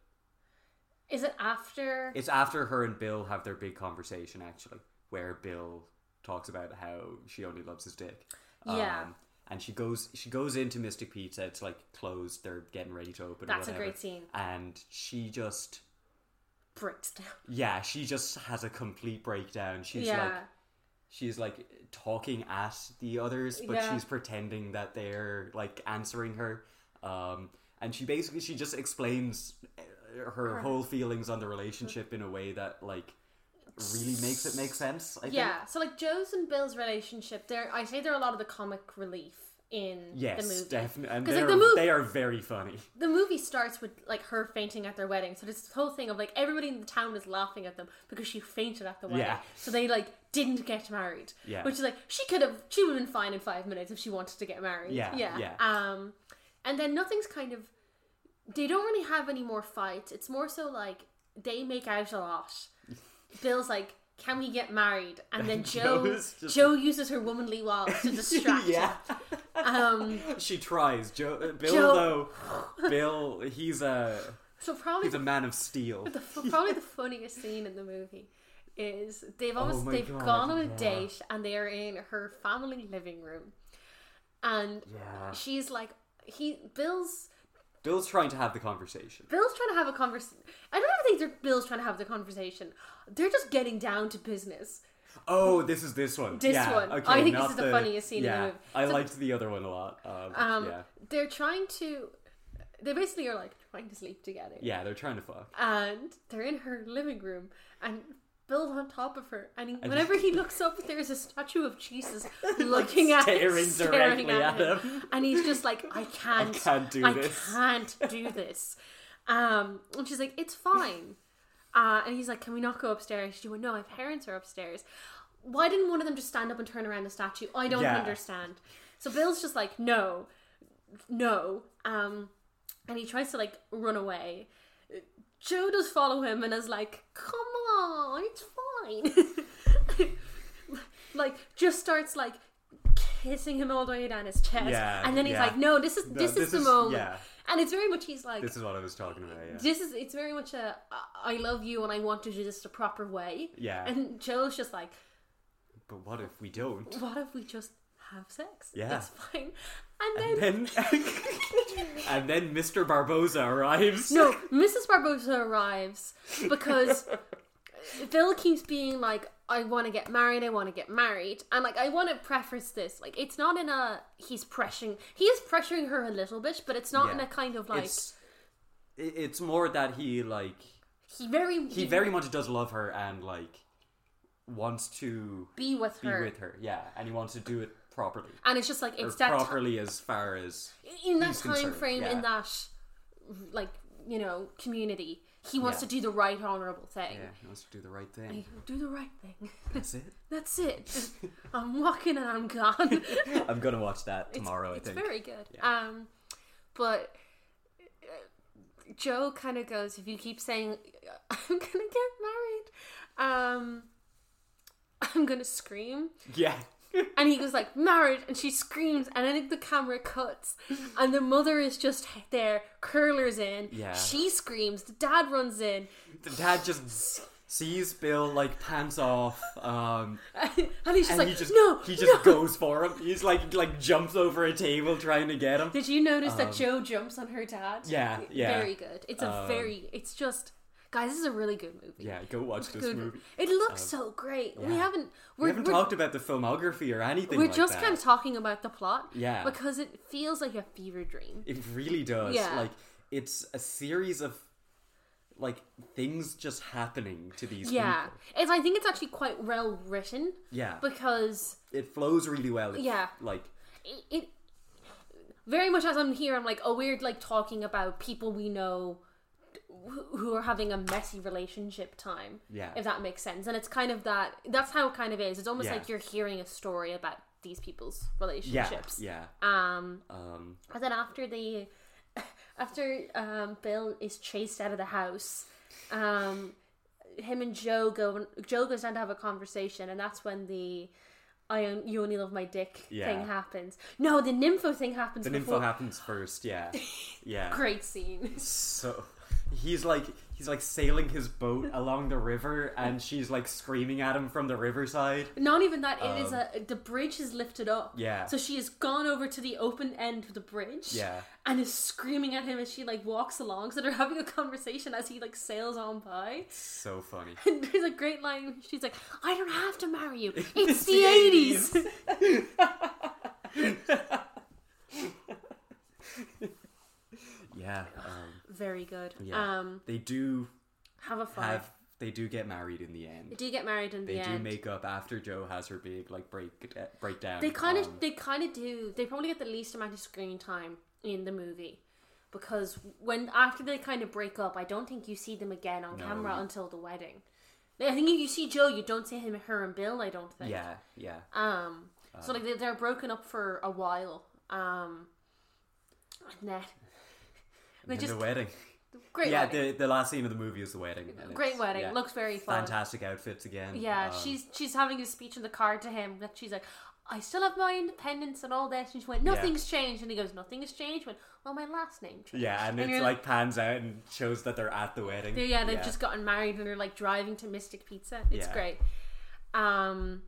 Speaker 6: is it after
Speaker 5: It's after her and Bill have their big conversation actually, where Bill talks about how she only loves his dick. Um,
Speaker 6: Yeah.
Speaker 5: and she goes she goes into Mystic Pizza, it's like closed, they're getting ready to open or
Speaker 6: That's a
Speaker 5: whatever,
Speaker 6: great scene.
Speaker 5: And she just
Speaker 6: breaks down
Speaker 5: yeah, she just has a complete breakdown. She's like
Speaker 6: yeah
Speaker 5: she's like talking at the others but
Speaker 6: Yeah.
Speaker 5: she's pretending that they're like answering her um and she basically she just explains uh, her whole feelings on the relationship in a way that like really makes it make sense i
Speaker 6: yeah
Speaker 5: think
Speaker 6: so like joe's and bill's relationship they're i say they're a lot of the comic relief in the
Speaker 5: yes
Speaker 6: movie
Speaker 5: definitely and
Speaker 6: 'Cause, like,
Speaker 5: they're,
Speaker 6: the movie-
Speaker 5: they are very funny
Speaker 6: the movie starts with like her fainting at their wedding. So there's this whole thing of like everybody in the town is laughing at them because she fainted at the wedding.
Speaker 5: Yeah.
Speaker 6: So they like didn't get married.
Speaker 5: Yeah.
Speaker 6: Which is like she could have she would have been fine in five minutes if she wanted to get married.
Speaker 5: Yeah, yeah.
Speaker 6: Um and then nothing's kind of they don't really have any more fights. It's more so like they make out a lot. Bill's like, Can we get married? And then Joe
Speaker 5: Joe's just-
Speaker 6: Joe uses her womanly wiles to distract
Speaker 5: yeah
Speaker 6: him. Um
Speaker 5: she tries joe uh, bill
Speaker 6: Joe-
Speaker 5: though bill he's a
Speaker 6: so probably
Speaker 5: he's a man of steel
Speaker 6: the, f- probably the funniest scene in the movie is they've almost
Speaker 5: Oh my
Speaker 6: they've
Speaker 5: God,
Speaker 6: gone on a
Speaker 5: yeah.
Speaker 6: date and they are in her family living room, and
Speaker 5: Yeah.
Speaker 6: she's like he Bill's
Speaker 5: bill's trying to have the conversation
Speaker 6: Bill's trying to have a conversation. I don't even think they're Bill's trying to have the conversation. They're just getting down to business.
Speaker 5: Oh, this is this one.
Speaker 6: This
Speaker 5: Yeah,
Speaker 6: one.
Speaker 5: Okay,
Speaker 6: I think this
Speaker 5: not
Speaker 6: is the funniest scene in the
Speaker 5: yeah,
Speaker 6: movie.
Speaker 5: I
Speaker 6: So-
Speaker 5: liked the other one a lot. Um,
Speaker 6: Um,
Speaker 5: yeah,
Speaker 6: They're trying to. They basically are like trying to sleep together.
Speaker 5: yeah, they're trying to fuck.
Speaker 6: and they're in her living room and Bill's on top of her and he, whenever he looks up there's a statue of Jesus looking at
Speaker 5: staring
Speaker 6: him, staring
Speaker 5: directly at
Speaker 6: at, him.
Speaker 5: him.
Speaker 6: and he's just like I can't
Speaker 5: can't do
Speaker 6: I
Speaker 5: this."
Speaker 6: can't do this um and she's like it's fine uh, and he's like can we not go upstairs she went no my parents are upstairs why didn't one of them just stand up and turn around the statue I don't
Speaker 5: Yeah.
Speaker 6: understand so Bill's just like no no um and he tries to like run away Joe does follow him and is like, "Come on, it's fine." like, just starts like kissing him all the way down his chest,
Speaker 5: Yeah,
Speaker 6: and then he's
Speaker 5: yeah.
Speaker 6: like, "No, this is
Speaker 5: No,
Speaker 6: this,
Speaker 5: this
Speaker 6: is the
Speaker 5: is-
Speaker 6: moment."
Speaker 5: yeah.
Speaker 6: And it's very much he's like,
Speaker 5: This is what I was talking about. Yeah,
Speaker 6: "This is it's very much a I I love you and I want to do this the proper way."
Speaker 5: Yeah.
Speaker 6: And Joe's just like,
Speaker 5: but what if we don't?
Speaker 6: "What if we just have sex?
Speaker 5: Yeah.
Speaker 6: it's fine." And then.
Speaker 5: And then, and then Mr. Barbosa arrives.
Speaker 6: no, Mrs. Barbosa arrives because Bill keeps being like, I want to get married, I want to get married. And like, I want to preface this. Like, it's not in a, he's pressuring, he is pressuring her a little bit, but it's not in
Speaker 5: Yeah.
Speaker 6: a kind of like,
Speaker 5: it's it- it's more that he like
Speaker 6: he very,
Speaker 5: he very much does love her and like wants to
Speaker 6: be with
Speaker 5: be
Speaker 6: her.
Speaker 5: with her. Yeah, and he wants to do it properly.
Speaker 6: And it's just like,
Speaker 5: Or
Speaker 6: it's that, ti-
Speaker 5: properly as far as
Speaker 6: in that
Speaker 5: he's
Speaker 6: time
Speaker 5: concerned,
Speaker 6: frame,
Speaker 5: yeah.
Speaker 6: in that, like, you know, community, he wants
Speaker 5: Yeah.
Speaker 6: to do the right honorable thing.
Speaker 5: yeah, he wants to do the right thing.
Speaker 6: Do the right thing.
Speaker 5: That's it.
Speaker 6: That's it. I'm walking and I'm gone.
Speaker 5: I'm gonna watch that tomorrow.
Speaker 6: It's
Speaker 5: I think.
Speaker 6: very good. Um, but uh, Joe kind of goes, if you keep saying I'm gonna get married, um, I'm gonna scream,
Speaker 5: yeah.
Speaker 6: and he goes like married, and she screams, and then the camera cuts, and the mother is just there, curlers in,
Speaker 5: Yeah.
Speaker 6: she screams, the dad runs in,
Speaker 5: The dad just sees Bill like pants off, um,
Speaker 6: and he's just
Speaker 5: and
Speaker 6: like,
Speaker 5: he just
Speaker 6: no,
Speaker 5: he
Speaker 6: no."
Speaker 5: just goes for him. He's like like jumps over a table trying to get him.
Speaker 6: Did you notice that Joe jumps on her dad?
Speaker 5: Um, Yeah, yeah.
Speaker 6: Very good. It's a
Speaker 5: Um,
Speaker 6: very. It's just, guys. This is a really good movie.
Speaker 5: Yeah, go watch this
Speaker 6: good.
Speaker 5: movie. Uh,
Speaker 6: It looks so great. We
Speaker 5: yeah.
Speaker 6: haven't we're,
Speaker 5: We haven't
Speaker 6: we're,
Speaker 5: talked about the filmography or anything.
Speaker 6: we're
Speaker 5: like
Speaker 6: just
Speaker 5: that.
Speaker 6: kind of talking about the plot.
Speaker 5: Yeah.
Speaker 6: Because it feels like a fever dream.
Speaker 5: It really does.
Speaker 6: Yeah.
Speaker 5: Like it's a series of like things just happening to these
Speaker 6: Yeah.
Speaker 5: people.
Speaker 6: It's I think it's actually quite well written
Speaker 5: Yeah.
Speaker 6: because
Speaker 5: it flows really well. It-
Speaker 6: Yeah.
Speaker 5: Like
Speaker 6: it, it very much as I'm here I'm like, oh we're like talking about people we know who- who are having a messy relationship time.
Speaker 5: Yeah.
Speaker 6: If that makes sense. And it's kind of that that's how it kind of is. It's almost
Speaker 5: Yeah.
Speaker 6: like you're hearing a story about these people's
Speaker 5: yeah,
Speaker 6: relationships.
Speaker 5: yeah.
Speaker 6: Um
Speaker 5: Um,
Speaker 6: and then after the after um Bill is chased out of the house, um him and Joe go Joe goes down to have a conversation and that's when the I on- you only love my dick
Speaker 5: Yeah.
Speaker 6: thing happens. No, the nympho thing happens
Speaker 5: the
Speaker 6: before
Speaker 5: info happens first. Yeah, yeah.
Speaker 6: great scene.
Speaker 5: So he's like he's like sailing his boat along the river, and she's like screaming at him from the riverside.
Speaker 6: Not even that. It is a the bridge is lifted up.
Speaker 5: Um, Yeah.
Speaker 6: So she has gone over to the open end of the bridge.
Speaker 5: Yeah.
Speaker 6: And is screaming at him as she like walks along. So they're having a conversation as he like sails on by.
Speaker 5: So funny.
Speaker 6: And there's a great line. where She's like, "I don't have to marry you. It's the '80s."
Speaker 5: yeah, um,
Speaker 6: Very good.
Speaker 5: yeah.
Speaker 6: Um,
Speaker 5: they do
Speaker 6: have a five.
Speaker 5: have they do get married in the
Speaker 6: They
Speaker 5: end.
Speaker 6: do get married in
Speaker 5: They
Speaker 6: the
Speaker 5: do
Speaker 6: end.
Speaker 5: make up after Joe has her big like break uh, breakdown.
Speaker 6: they kind of
Speaker 5: on-
Speaker 6: they kind of do. They probably get the least amount of screen time in the movie. Because when after they kind of break up, I don't think you see them again on
Speaker 5: No,
Speaker 6: camera
Speaker 5: you-
Speaker 6: until the wedding. I think if you see Joe, you don't see him, her, and Bill. I don't think.
Speaker 5: yeah yeah
Speaker 6: Um, so like they- they're broken up for a while. Um, and then
Speaker 5: and then
Speaker 6: just-
Speaker 5: the wedding.
Speaker 6: great
Speaker 5: yeah,
Speaker 6: wedding,
Speaker 5: the the last scene of the movie is the wedding. and
Speaker 6: great
Speaker 5: it's-
Speaker 6: wedding,
Speaker 5: yeah.
Speaker 6: looks very fun.
Speaker 5: fantastic outfits again.
Speaker 6: Yeah,
Speaker 5: um,
Speaker 6: she's she's having a speech in the car to him that she's like, I still have my independence and all this. And she went, nothing's changed. And he goes, nothing has changed. Went, well, my last name changed.
Speaker 5: yeah, and,
Speaker 6: you're
Speaker 5: it's like pans out and shows that they're at the wedding.
Speaker 6: They- yeah, they've just gotten married and they're like driving to Mystic Pizza. It's
Speaker 5: Yeah.
Speaker 6: great. Um,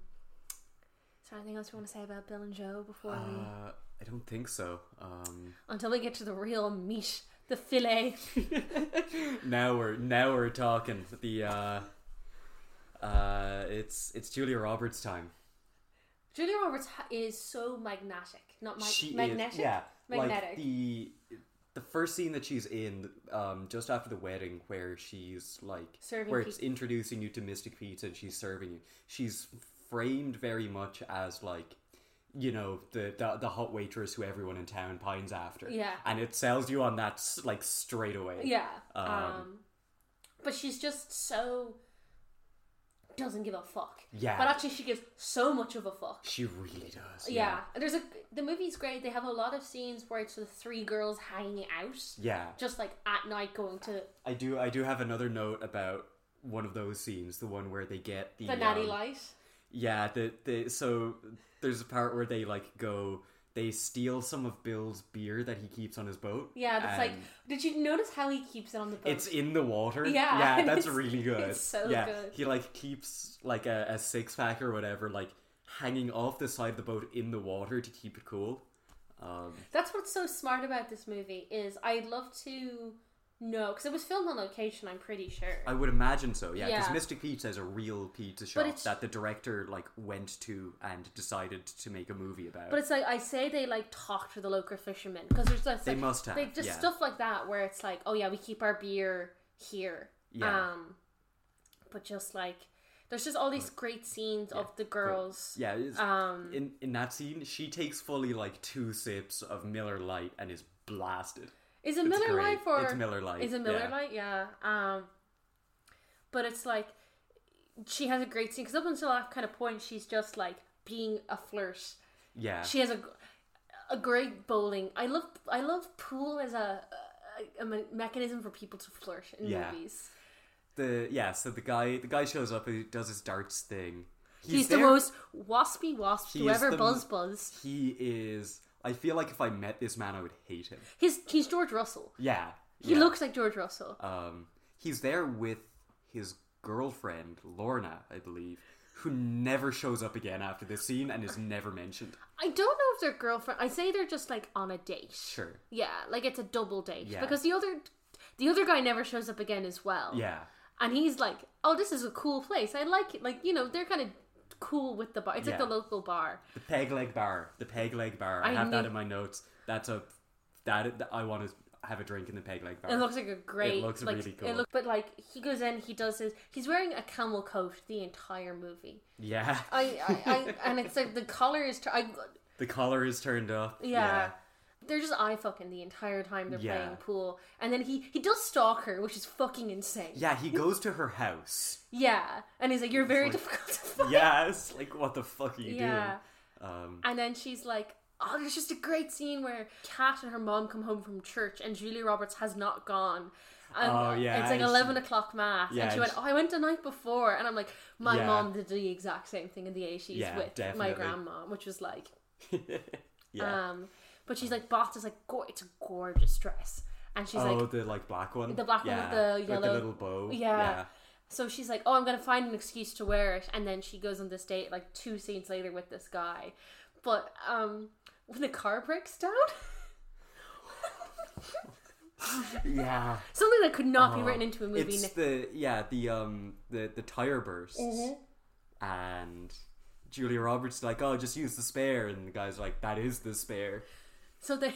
Speaker 6: is there anything else you want to say about Bill and Joe before we
Speaker 5: Uh, I don't think so. Um,
Speaker 6: until we get to the real meat, the fillet?
Speaker 5: now we're now we're talking. The uh, uh, it's it's Julia Roberts' time.
Speaker 6: Julia Roberts ha- is so magnetic, not mag-
Speaker 5: she
Speaker 6: magnetic.
Speaker 5: is yeah
Speaker 6: magnetic.
Speaker 5: like the the first scene that she's in um just after the wedding where she's like
Speaker 6: Serving
Speaker 5: where it's
Speaker 6: people.
Speaker 5: introducing you to mystic pizza and she's serving you she's framed very much as like you know the, the the hot waitress who everyone in town pines after
Speaker 6: Yeah.
Speaker 5: and it sells you on that s- like straight away
Speaker 6: Yeah. Um,
Speaker 5: Um,
Speaker 6: but she's just so doesn't give a fuck.
Speaker 5: Yeah.
Speaker 6: But actually, she gives so much of a fuck.
Speaker 5: she really does
Speaker 6: Yeah. And There's a the movie's great. They have a lot of scenes where it's the three girls hanging out,
Speaker 5: yeah
Speaker 6: just like at night going to
Speaker 5: i do i do have another note about one of those scenes the one where they get the
Speaker 6: the natty
Speaker 5: um,
Speaker 6: light.
Speaker 5: Yeah, the, the so there's a part where they like go they steal some of Bill's beer that he keeps on his boat.
Speaker 6: Yeah. That's like.
Speaker 5: and
Speaker 6: Did you notice how he keeps it on the boat?
Speaker 5: it's in the water.
Speaker 6: Yeah,
Speaker 5: Yeah,
Speaker 6: and
Speaker 5: that's
Speaker 6: it's-
Speaker 5: really good.
Speaker 6: it's so
Speaker 5: yeah,
Speaker 6: good.
Speaker 5: He like keeps like a, a six pack or whatever, like hanging off the side of the boat in the water to keep it cool. Um
Speaker 6: That's what's so smart about this movie is I'd love to know because it was filmed on location. I'm pretty sure.
Speaker 5: I would imagine so, yeah, because
Speaker 6: Yeah.
Speaker 5: Mystic Pizza is a real pizza shop
Speaker 6: it's-
Speaker 5: that the director like went to and decided to make a movie about.
Speaker 6: But it's like I say they like talk to the local fishermen because there's just
Speaker 5: They
Speaker 6: like,
Speaker 5: must have,
Speaker 6: they just
Speaker 5: yeah.
Speaker 6: stuff like that where it's like oh yeah we keep our beer here
Speaker 5: Yeah.
Speaker 6: um but just like there's just all these great scenes of the girls
Speaker 5: Yeah, it's,
Speaker 6: Um,
Speaker 5: in in that scene, she takes fully like two sips of Miller Light and is blasted.
Speaker 6: is it Miller
Speaker 5: great.
Speaker 6: Lite or
Speaker 5: It's Miller Lite,
Speaker 6: is it Miller
Speaker 5: yeah.
Speaker 6: Lite yeah um but it's like she has a great scene because up until that kind of point she's just like being a flirt
Speaker 5: Yeah,
Speaker 6: She has a a great bowling. I love I love pool as a a, a me- mechanism for people to flirt in
Speaker 5: Yeah.
Speaker 6: movies.
Speaker 5: the yeah. So the guy the guy shows up. He does his darts thing.
Speaker 6: He's, the
Speaker 5: there-
Speaker 6: most waspy wasp
Speaker 5: He
Speaker 6: who
Speaker 5: is
Speaker 6: ever
Speaker 5: the-
Speaker 6: buzz buzz.
Speaker 5: He is. I feel like if I met this man, I would hate him.
Speaker 6: He's he's George Russell.
Speaker 5: Yeah,
Speaker 6: He
Speaker 5: yeah.
Speaker 6: looks like George Russell.
Speaker 5: Um, he's there with his girlfriend Lorna, I believe, who never shows up again after this scene and is never mentioned.
Speaker 6: I don't know if they're girlfriend. I say they're just like on a date.
Speaker 5: Sure.
Speaker 6: Yeah, like it's a double date
Speaker 5: Yeah.
Speaker 6: because the other the other guy never shows up again as well.
Speaker 5: Yeah.
Speaker 6: and he's like, "Oh, this is a cool place. I like it." Like you know, they're kind of cool with the bar. It's like
Speaker 5: Yeah.
Speaker 6: the local bar.
Speaker 5: The peg leg bar. The peg leg bar. I,
Speaker 6: I
Speaker 5: have that
Speaker 6: knew-
Speaker 5: in my notes. That's a that I want to have a drink in the peg leg bar.
Speaker 6: It looks like a great.
Speaker 5: It looks
Speaker 6: like,
Speaker 5: really cool.
Speaker 6: It look, but like he goes in, he does his. He's wearing a camel coat the entire movie.
Speaker 5: yeah.
Speaker 6: I, I, I and it's like the collar is. T- I,
Speaker 5: the collar is turned up.
Speaker 6: yeah. they're just eye fucking the entire time they're
Speaker 5: Yeah.
Speaker 6: playing pool, and then he he does stalk her, which is fucking insane.
Speaker 5: Yeah, he goes to her house.
Speaker 6: Yeah. and he's like, "You're very
Speaker 5: like-
Speaker 6: difficult to find."
Speaker 5: Yes, like what the fuck are you
Speaker 6: Yeah.
Speaker 5: doing? Um,
Speaker 6: And then she's like, "Oh, there's just a great scene where Kat and her mom come home from church, and Julia Roberts has not gone." And
Speaker 5: Oh, yeah,
Speaker 6: it's
Speaker 5: and
Speaker 6: like
Speaker 5: she-
Speaker 6: eleven o'clock mass,
Speaker 5: Yeah,
Speaker 6: and she
Speaker 5: and
Speaker 6: went,
Speaker 5: she-
Speaker 6: "Oh, I went the night before," and I'm like, "My
Speaker 5: Yeah.
Speaker 6: mom did the exact same thing in the eighties
Speaker 5: Yeah,
Speaker 6: with my
Speaker 5: definitely.
Speaker 6: grandma, which was like."
Speaker 5: yeah. Mm.
Speaker 6: Um, but she's like, Boss is like, go- it's a gorgeous dress. And she's
Speaker 5: oh,
Speaker 6: like,
Speaker 5: the like black one.
Speaker 6: the black one with
Speaker 5: yeah.
Speaker 6: the yellow-
Speaker 5: the little bow.
Speaker 6: Yeah. so she's like, oh, I'm going to find an excuse to wear it. And then she goes on this date like two scenes later with this guy. But um, when the car breaks down,
Speaker 5: yeah, yeah.
Speaker 6: something that could not be
Speaker 5: Oh,
Speaker 6: written into a movie.
Speaker 5: It's the yeah the um the the tire bursts
Speaker 6: Mm-hmm.
Speaker 5: and Julia Roberts is like oh just use the spare and the guy's like that is the spare.
Speaker 6: so they,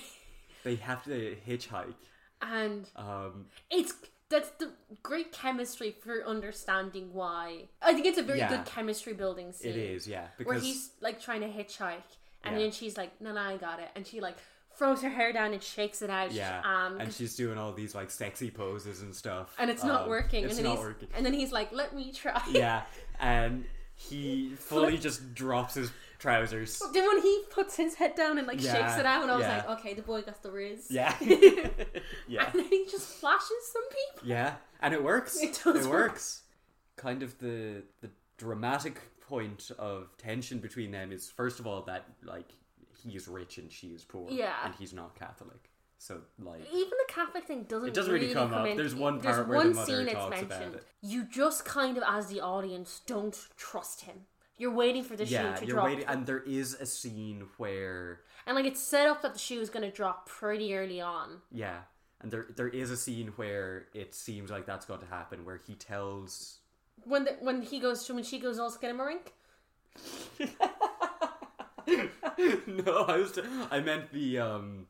Speaker 5: They have to hitchhike.
Speaker 6: and
Speaker 5: Um,
Speaker 6: it's, that's the great chemistry for understanding why. I think it's a very
Speaker 5: Yeah.
Speaker 6: good chemistry building scene.
Speaker 5: it is yeah
Speaker 6: where
Speaker 5: because
Speaker 6: he's like trying to hitchhike, and
Speaker 5: Yeah.
Speaker 6: then she's like, "No, no, I got it," and she like throws her hair down and shakes it out.
Speaker 5: yeah
Speaker 6: um,
Speaker 5: and
Speaker 6: 'cause-
Speaker 5: she's doing all these like sexy poses and stuff
Speaker 6: and it's not
Speaker 5: Um,
Speaker 6: working.
Speaker 5: It's
Speaker 6: and then
Speaker 5: not
Speaker 6: he's,
Speaker 5: working.
Speaker 6: And then he's like, "Let me try."
Speaker 5: yeah, and he fully just drops his trousers.
Speaker 6: then when he puts his head down and like shakes
Speaker 5: Yeah,
Speaker 6: it out, I was
Speaker 5: yeah.
Speaker 6: like, "Okay, the boy got the riz."
Speaker 5: Yeah, yeah.
Speaker 6: And then he just flashes some people.
Speaker 5: Yeah, and it works.
Speaker 6: It does
Speaker 5: It
Speaker 6: work.
Speaker 5: works. Kind of the the dramatic point of tension between them is first of all that like he's rich and she is poor.
Speaker 6: Yeah.
Speaker 5: and he's not Catholic, so like
Speaker 6: Even the Catholic thing doesn't.
Speaker 5: It doesn't really come up.
Speaker 6: in-
Speaker 5: There's one
Speaker 6: there's
Speaker 5: part where the
Speaker 6: one
Speaker 5: mother
Speaker 6: scene it's
Speaker 5: talks about
Speaker 6: mentioned.
Speaker 5: it.
Speaker 6: You just kind of, as the audience, don't trust him. You're waiting for the
Speaker 5: yeah,
Speaker 6: shoe to
Speaker 5: you're
Speaker 6: drop.
Speaker 5: waiting, and there is a scene where
Speaker 6: And like it's set up that the shoe is going to drop pretty early on.
Speaker 5: yeah, and there there is a scene where it seems like that's going to happen, where he tells
Speaker 6: When the, when he goes to when she goes all skinamarink.
Speaker 5: no, I was t- I meant the um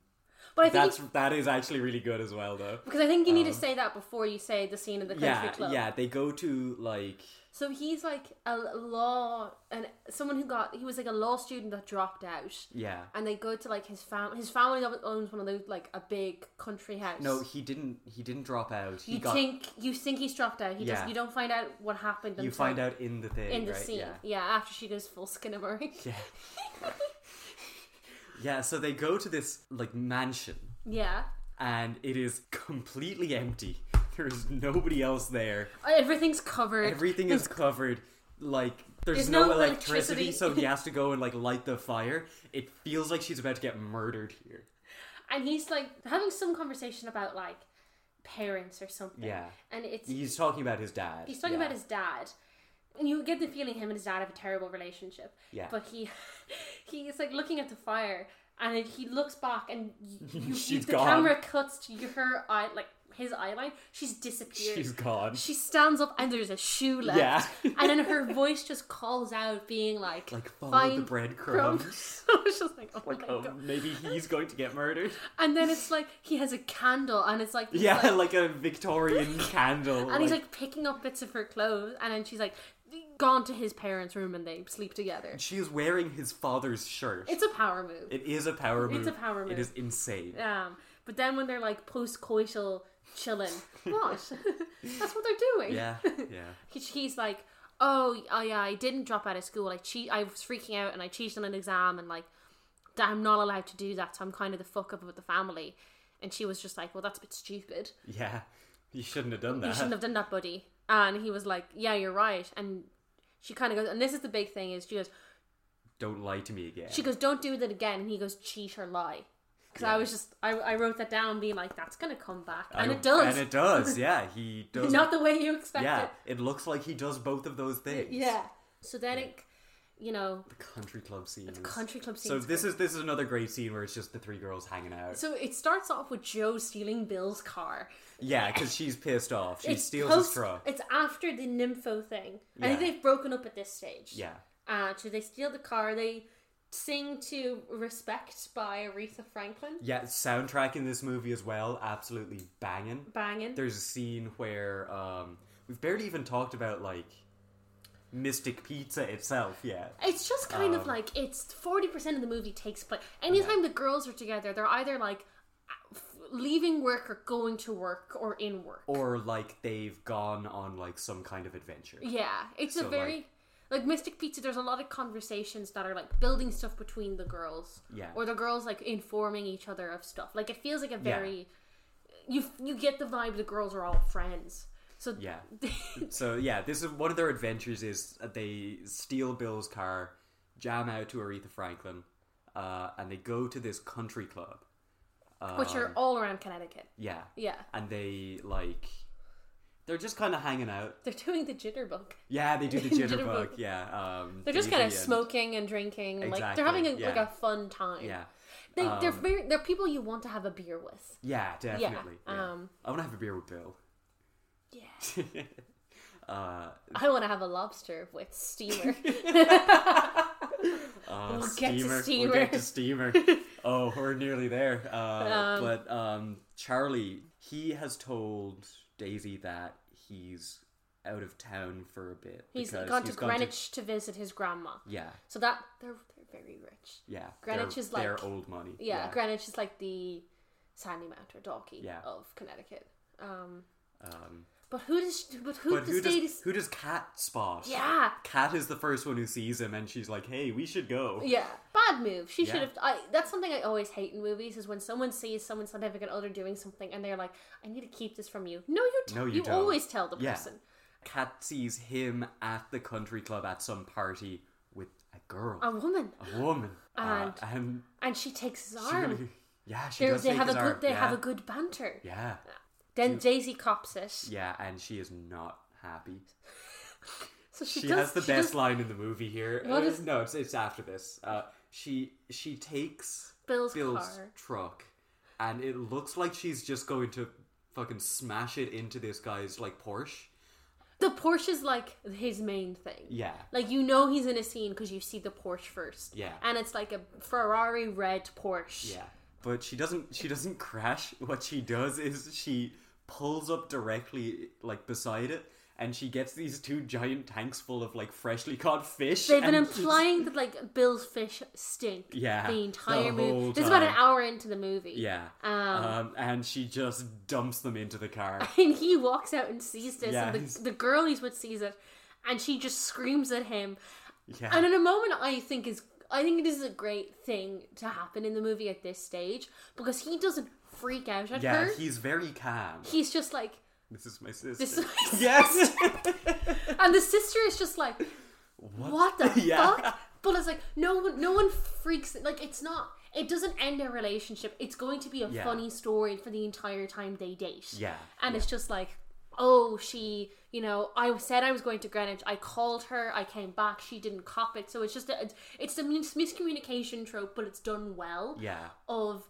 Speaker 6: But I think
Speaker 5: that's
Speaker 6: you-
Speaker 5: that is actually really good as well though.
Speaker 6: because I think you need to say that before you say the scene in the country
Speaker 5: Yeah,
Speaker 6: club.
Speaker 5: yeah, they go to like
Speaker 6: So he's like a law and someone who got he was like a law student that dropped out.
Speaker 5: yeah.
Speaker 6: And they go to like his family. His family owns one of those like a big country house.
Speaker 5: No, he didn't. He didn't drop out. He
Speaker 6: you
Speaker 5: got.
Speaker 6: think you think he's dropped out. He
Speaker 5: Yeah.
Speaker 6: just you don't find out what happened.
Speaker 5: you
Speaker 6: until
Speaker 5: find out in the thing,
Speaker 6: in the
Speaker 5: right?
Speaker 6: scene.
Speaker 5: Yeah.
Speaker 6: after she goes full skinamarink.
Speaker 5: Yeah. yeah. So they go to this like mansion,
Speaker 6: yeah,
Speaker 5: and it is completely empty. There is nobody else there.
Speaker 6: Uh, everything's covered.
Speaker 5: Everything is covered. Like there's,
Speaker 6: There's
Speaker 5: no,
Speaker 6: no
Speaker 5: electricity,
Speaker 6: electricity.
Speaker 5: so he has to go and like light the fire. It feels like she's about to get murdered here.
Speaker 6: and he's like having some conversation about like parents or something.
Speaker 5: Yeah.
Speaker 6: and it's he's,
Speaker 5: He's talking about his dad.
Speaker 6: talking
Speaker 5: yeah.
Speaker 6: about his dad, and you get the feeling him and his dad have a terrible relationship.
Speaker 5: Yeah.
Speaker 6: but he he's like looking at the fire, and then he looks back, and you, you,
Speaker 5: She's
Speaker 6: the
Speaker 5: gone.
Speaker 6: camera cuts to her eye, like his eyeline. She's disappeared.
Speaker 5: She's gone.
Speaker 6: she stands up and there's a shoe left,
Speaker 5: Yeah.
Speaker 6: and then her voice just calls out, being like,
Speaker 5: Like follow the
Speaker 6: "Find
Speaker 5: breadcrumbs.
Speaker 6: I was just like, oh
Speaker 5: Like
Speaker 6: my
Speaker 5: oh,
Speaker 6: god!
Speaker 5: maybe he's going to get murdered.
Speaker 6: And then it's like he has a candle, and it's like he's
Speaker 5: Yeah, like
Speaker 6: like-
Speaker 5: a Victorian candle.
Speaker 6: And he's like picking up bits of her clothes, and then she's like gone to his parents' room and they sleep together.
Speaker 5: she is wearing his father's shirt.
Speaker 6: It's a power move.
Speaker 5: It is a power move.
Speaker 6: It's a power move.
Speaker 5: It is insane.
Speaker 6: um, but then when they're like post coital chilling, what? That's what they're doing.
Speaker 5: Yeah, yeah.
Speaker 6: He- He's like, oh, oh yeah, I didn't drop out of school. I cheat. I was freaking out and I cheated on an exam and like, that I'm not allowed to do that. So I'm kind of the fuck up with the family. And she was just like, well, that's a bit stupid.
Speaker 5: Yeah. You shouldn't have done that.
Speaker 6: you shouldn't have done that, buddy. And he was like, yeah, you're right. And she kind of goes, and this is the big thing is she goes,
Speaker 5: Don't lie to me again.
Speaker 6: she goes, don't do that again. And he goes, cheat or lie. Because I was just, I, I wrote that down being like, that's going to come back. And
Speaker 5: I-
Speaker 6: it does.
Speaker 5: And it does, yeah. He does.
Speaker 6: Not the way you expect
Speaker 5: yeah,
Speaker 6: it.
Speaker 5: it looks like he does both of those things.
Speaker 6: Yeah. So then it, you know,
Speaker 5: The country club scene. is-
Speaker 6: country club
Speaker 5: So
Speaker 6: scene's
Speaker 5: this
Speaker 6: great.
Speaker 5: is this is another great scene where it's just the three girls hanging out.
Speaker 6: so it starts off with Joe stealing Bill's car.
Speaker 5: yeah, because she's pissed off. She steals
Speaker 6: post-
Speaker 5: his truck.
Speaker 6: It's after the nympho thing.
Speaker 5: Yeah.
Speaker 6: I think they've broken up at this stage.
Speaker 5: Yeah.
Speaker 6: Uh, so they steal the car. They sing to "Respect" by Aretha Franklin.
Speaker 5: Yeah, soundtrack in this movie as well, absolutely banging.
Speaker 6: Banging.
Speaker 5: there's a scene where um, we've barely even talked about like Mystic Pizza itself. Yeah,
Speaker 6: It's just kind
Speaker 5: Um,
Speaker 6: of like it's forty percent of the movie takes place. Anytime the girls are together, they're either like f- leaving work or going to work or in work.
Speaker 5: or like they've gone on like some kind of adventure.
Speaker 6: yeah, it's
Speaker 5: So,
Speaker 6: a
Speaker 5: like-
Speaker 6: very like, Mystic Pizza. There's a lot of conversations that are like building stuff between the girls.
Speaker 5: Yeah.
Speaker 6: or the girls like informing each other of stuff. Like it feels like a very you you get the vibe the girls are all friends. So
Speaker 5: Yeah. So yeah, this is one of their adventures. Is uh, they steal Bill's car, jam out to Aretha Franklin, uh, and they go to this country club. Uh,
Speaker 6: which
Speaker 5: Um,
Speaker 6: are all around Connecticut.
Speaker 5: Yeah,
Speaker 6: Yeah,
Speaker 5: and they like, they're just kind of hanging out.
Speaker 6: they're doing the jitterbug.
Speaker 5: Yeah, they do the
Speaker 6: Jitterbug.
Speaker 5: jitterbug. yeah, um,
Speaker 6: They're just
Speaker 5: the-
Speaker 6: kind of
Speaker 5: the, um,
Speaker 6: smoking and drinking. like
Speaker 5: Exactly,
Speaker 6: they're having a, like
Speaker 5: yeah.
Speaker 6: a fun time.
Speaker 5: Yeah, Um,
Speaker 6: They, they're very, they're people you want to have a beer with.
Speaker 5: yeah, definitely. Yeah.
Speaker 6: um,
Speaker 5: I want to have a beer with Bill.
Speaker 6: Yeah.
Speaker 5: Uh,
Speaker 6: I want to have a lobster with steamer.
Speaker 5: Uh,
Speaker 6: We'll get to
Speaker 5: steamer. We'll get to steamer. oh, we're nearly there. Uh, but um, Charlie, he has told Daisy that he's out of town for a bit.
Speaker 6: he's
Speaker 5: because
Speaker 6: gone
Speaker 5: he's
Speaker 6: to Greenwich to... visit his grandma.
Speaker 5: yeah,
Speaker 6: So that they're they're very rich.
Speaker 5: yeah.
Speaker 6: Greenwich
Speaker 5: they're,
Speaker 6: is like-
Speaker 5: their old money.
Speaker 6: Yeah, Greenwich is like the Sandy Mount or Dalkey
Speaker 5: Yeah.
Speaker 6: of Connecticut. Um,
Speaker 5: um,
Speaker 6: but who does but who
Speaker 5: but
Speaker 6: does
Speaker 5: who does
Speaker 6: Daisy?
Speaker 5: who does Cat spot?
Speaker 6: Yeah,
Speaker 5: Cat is the first one who sees him, and she's like, "Hey, we should go."
Speaker 6: Yeah, bad move. She
Speaker 5: Yeah.
Speaker 6: should have. I. That's something I always hate in movies is when someone sees someone's significant other doing something and they're like, "I need to keep this from you." No, you. T-
Speaker 5: No, you
Speaker 6: you
Speaker 5: don't.
Speaker 6: always tell the
Speaker 5: Yeah.
Speaker 6: person.
Speaker 5: Cat sees him at the country club at some party with a girl,
Speaker 6: A woman,
Speaker 5: a woman,
Speaker 6: And-
Speaker 5: uh, and
Speaker 6: and she takes his
Speaker 5: She
Speaker 6: arm.
Speaker 5: really- yeah, she
Speaker 6: They're-
Speaker 5: does
Speaker 6: they
Speaker 5: take
Speaker 6: have a
Speaker 5: his
Speaker 6: good.
Speaker 5: arm.
Speaker 6: They
Speaker 5: yeah.
Speaker 6: have a good banter.
Speaker 5: Yeah,
Speaker 6: Then Daisy cops it.
Speaker 5: yeah, and she is not happy.
Speaker 6: So she,
Speaker 5: She,
Speaker 6: does,
Speaker 5: has the
Speaker 6: she
Speaker 5: best
Speaker 6: does
Speaker 5: line in the movie here.
Speaker 6: What
Speaker 5: Uh,
Speaker 6: is-
Speaker 5: No, it's it's after this. Uh, she she takes
Speaker 6: Bill's,
Speaker 5: Bill's
Speaker 6: car.
Speaker 5: truck, and it looks like she's just going to fucking smash it into this guy's like Porsche.
Speaker 6: The Porsche is like his main thing.
Speaker 5: Yeah,
Speaker 6: Like you know he's in a scene because you see the Porsche first.
Speaker 5: Yeah.
Speaker 6: And it's like a Ferrari red Porsche.
Speaker 5: yeah. But she doesn't she doesn't crash. What she does is she pulls up directly like beside it. And she gets these two giant tanks full of like freshly caught fish.
Speaker 6: They've been
Speaker 5: and just-
Speaker 6: implying that like Bill's fish stink.
Speaker 5: Yeah,
Speaker 6: the entire
Speaker 5: the
Speaker 6: movie.
Speaker 5: whole
Speaker 6: This is about an
Speaker 5: time.
Speaker 6: hour into the movie.
Speaker 5: Yeah.
Speaker 6: Um,
Speaker 5: Um, and she just dumps them into the car.
Speaker 6: and he walks out and sees this,
Speaker 5: Yeah,
Speaker 6: and
Speaker 5: he's-
Speaker 6: the, the girl he's with sees it, and she just screams at him.
Speaker 5: Yeah.
Speaker 6: And in a moment, I think is I think it is a great thing to happen in the movie at this stage because he doesn't freak out at
Speaker 5: yeah,
Speaker 6: her.
Speaker 5: he's very calm.
Speaker 6: He's just like,
Speaker 5: This is my sister.
Speaker 6: This is my
Speaker 5: yes.
Speaker 6: and the sister is just like, what, the
Speaker 5: Yeah.
Speaker 6: fuck? But it's like no one, no one freaks. Like it's not. It doesn't end their relationship. It's going to be a
Speaker 5: Yeah.
Speaker 6: funny story for the entire time they date.
Speaker 5: yeah.
Speaker 6: and it's just like oh she you know i said i was going to greenwich i called her i came back she didn't cop it so it's just a, it's, it's the mis- miscommunication trope but it's done well
Speaker 5: Yeah.
Speaker 6: of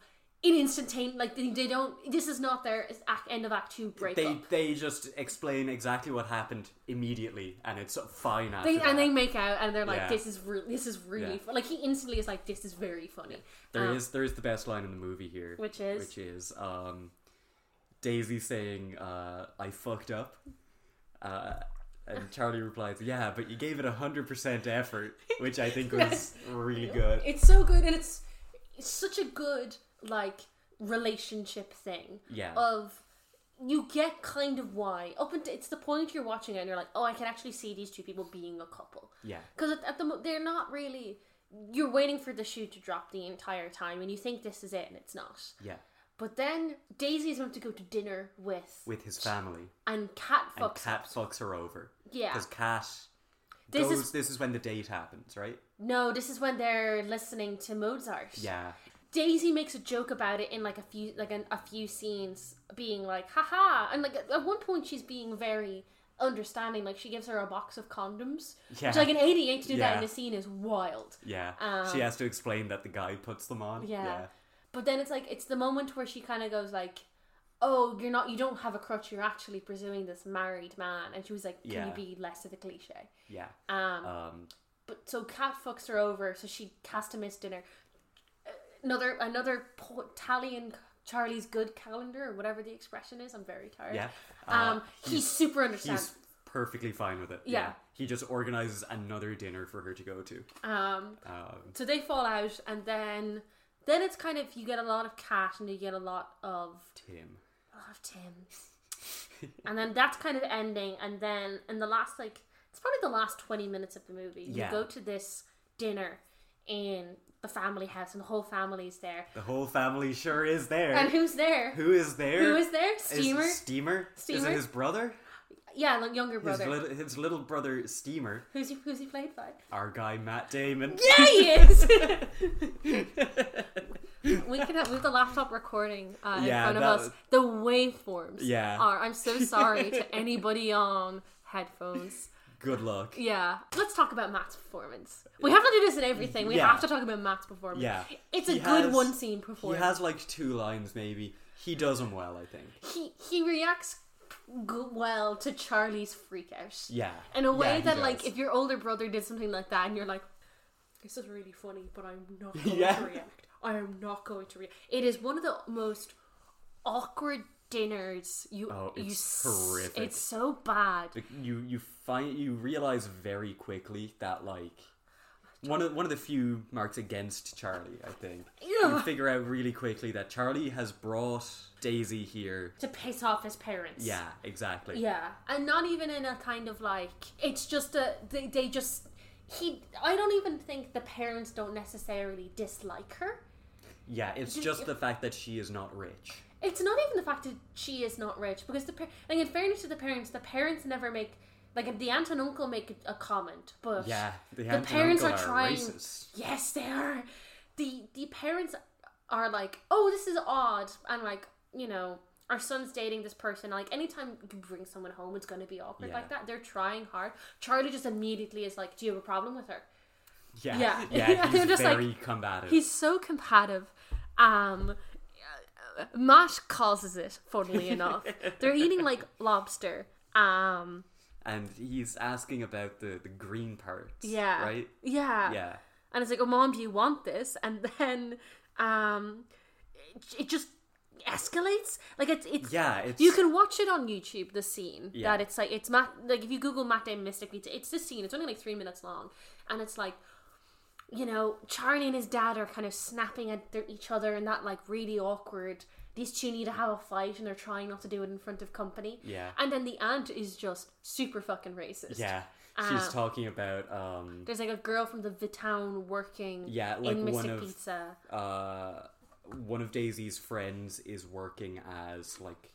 Speaker 6: an instantaneous like they, they don't this is not their it's act, end of act two breakup
Speaker 5: They they just explain exactly what happened immediately, and it's fine after
Speaker 6: They-
Speaker 5: that.
Speaker 6: and they make out and they're like
Speaker 5: Yeah.
Speaker 6: this is re- this is really
Speaker 5: Yeah.
Speaker 6: fun. like he instantly is like this is very funny
Speaker 5: There
Speaker 6: Um,
Speaker 5: is there is the best line in the movie here,
Speaker 6: Which is?
Speaker 5: which is um, Daisy saying, uh, "I fucked up," uh, and Charlie replies, "Yeah, but you gave it hundred percent effort," which I think was really good.
Speaker 6: it's so good and it's, it's such a good like relationship thing
Speaker 5: Yeah.
Speaker 6: of you get kind of why up until it's the point you're watching it and you're like oh i can actually see these two people being a couple
Speaker 5: Yeah.
Speaker 6: because at, at the mo- they're not really you're waiting for the shoe to drop the entire time and you think this is it and it's not
Speaker 5: Yeah,
Speaker 6: but then daisy's meant to go to dinner with,
Speaker 5: with his family.
Speaker 6: and cat fucks
Speaker 5: and Cat fucks her over.
Speaker 6: Yeah.
Speaker 5: Because Cat
Speaker 6: This
Speaker 5: goes.
Speaker 6: is-
Speaker 5: This is when the date happens, right?
Speaker 6: no this is when they're listening to mozart
Speaker 5: Yeah.
Speaker 6: Daisy makes a joke about it in like a few like an, a few scenes, being like "haha," and like at, at one point she's being very understanding. Like she gives her a box of condoms,
Speaker 5: Yeah.
Speaker 6: which like an eighty-eight to do that
Speaker 5: Yeah.
Speaker 6: in a scene is wild.
Speaker 5: Yeah.
Speaker 6: Um,
Speaker 5: she has to explain that the guy puts them on.
Speaker 6: Yeah. But then it's like it's the moment where she kind of goes like, "Oh, you're not. You don't have a crutch. You're actually pursuing this married man." And she was like, "Can
Speaker 5: Yeah.
Speaker 6: you be less of a cliche?"
Speaker 5: Yeah.
Speaker 6: Um,
Speaker 5: Um.
Speaker 6: but so Kat fucks her over, so she has to miss dinner. Uh, Another another po- tally in Charlie's good calendar or whatever the expression is. I'm very tired.
Speaker 5: Yeah.
Speaker 6: Um,
Speaker 5: Uh,
Speaker 6: he's, super
Speaker 5: He's
Speaker 6: understanding.
Speaker 5: perfectly fine with it.
Speaker 6: Yeah.
Speaker 5: He just organizes another dinner for her to go to.
Speaker 6: Um,
Speaker 5: Um,
Speaker 6: so they fall out, and then then it's kind of you get a lot of Cat and you get a lot of
Speaker 5: Tim.
Speaker 6: a lot of Tim, and then that's kind of ending, and then in the last like it's probably the last twenty minutes of the movie.
Speaker 5: Yeah.
Speaker 6: You go to this dinner in the family house, and the whole family's there.
Speaker 5: The whole family sure is there.
Speaker 6: And who's there?
Speaker 5: who is there?
Speaker 6: Who is there?
Speaker 5: Is it
Speaker 6: Steamer.
Speaker 5: Steamer? Is
Speaker 6: Steamer?
Speaker 5: it his brother?
Speaker 6: yeah, like younger brother.
Speaker 5: His little, his little brother Steamer,
Speaker 6: who's he? Who's he played by?
Speaker 5: our guy Matt Damon.
Speaker 6: Yeah, he is. we can have with the laptop recording uh, in
Speaker 5: Yeah,
Speaker 6: front of
Speaker 5: that
Speaker 6: us.
Speaker 5: was-
Speaker 6: The waveforms.
Speaker 5: Yeah.
Speaker 6: Are I'm so sorry to anybody on headphones.
Speaker 5: Good luck.
Speaker 6: Yeah. Let's talk about Matt's performance. We have to do this in everything. We
Speaker 5: Yeah.
Speaker 6: have to talk about Matt's performance.
Speaker 5: Yeah.
Speaker 6: It's a
Speaker 5: He
Speaker 6: good
Speaker 5: has-
Speaker 6: one scene
Speaker 5: He
Speaker 6: performance.
Speaker 5: has like two lines maybe. He does them well, I think.
Speaker 6: he he reacts g- well to Charlie's freak out.
Speaker 5: Yeah.
Speaker 6: In a way
Speaker 5: Yeah, he
Speaker 6: that, like,
Speaker 5: does.
Speaker 6: if your older brother did something like that and you're like, this is really funny, but I'm not going
Speaker 5: Yeah.
Speaker 6: to react. I am not going to react. It is one of the most awkward dinners you.
Speaker 5: Oh,
Speaker 6: you
Speaker 5: it's
Speaker 6: s-
Speaker 5: horrific.
Speaker 6: It's so bad.
Speaker 5: Like, you you find you realize very quickly that like one of one of the few marks against Charlie, I think. You
Speaker 6: Ugh.
Speaker 5: figure out really quickly that Charlie has brought Daisy here.
Speaker 6: to piss off his parents.
Speaker 5: Yeah, exactly.
Speaker 6: Yeah. And not even in a kind of like. It's just a. They, they just. He. I don't even think the parents don't necessarily dislike her.
Speaker 5: Yeah, it's just the fact that she is not rich.
Speaker 6: It's not even the fact that she is not rich because the par- like in fairness to the parents, the parents never make like the aunt and uncle make a, a comment, but
Speaker 5: Yeah, the,
Speaker 6: the
Speaker 5: aunt
Speaker 6: parents
Speaker 5: and
Speaker 6: are
Speaker 5: uncle are,
Speaker 6: trying.
Speaker 5: racist.
Speaker 6: Yes, they are. the The parents are like, oh, this is odd, and like you know, our son's dating this person. Like anytime you bring someone home, it's going to be awkward
Speaker 5: Yeah.
Speaker 6: like that. They're trying hard. Charlie just immediately is like, do you have a problem with her?
Speaker 5: Yeah,
Speaker 6: Yeah.
Speaker 5: yeah,
Speaker 6: Yeah,
Speaker 5: he's
Speaker 6: they're just like-
Speaker 5: very combative.
Speaker 6: He's so combative. Um, Matt causes it, funnily enough. They're eating like lobster. Um,
Speaker 5: and he's asking about the, the green parts.
Speaker 6: yeah.
Speaker 5: Right?
Speaker 6: Yeah.
Speaker 5: Yeah.
Speaker 6: And it's like, oh, mom, do you want this? And then um, it, it just escalates. Like, it's, it's,
Speaker 5: Yeah, it's
Speaker 6: You can watch it on YouTube. The scene
Speaker 5: Yeah.
Speaker 6: that it's like it's Matt. Like if you Google Matt Damon Mystic Pizza, it's this scene. It's only like three minutes long, and it's like, you know, Charlie and his dad are kind of snapping at their, each other, and that like really awkward. These two need to have a fight, and they're trying not to do it in front of company.
Speaker 5: Yeah.
Speaker 6: And then the aunt is just super fucking racist.
Speaker 5: Yeah.
Speaker 6: uh,
Speaker 5: She's talking about um
Speaker 6: There's like a girl from the v- town working.
Speaker 5: Yeah, like
Speaker 6: in
Speaker 5: one
Speaker 6: Mystic
Speaker 5: of-
Speaker 6: Pizza.
Speaker 5: uh, one of Daisy's friends is working as like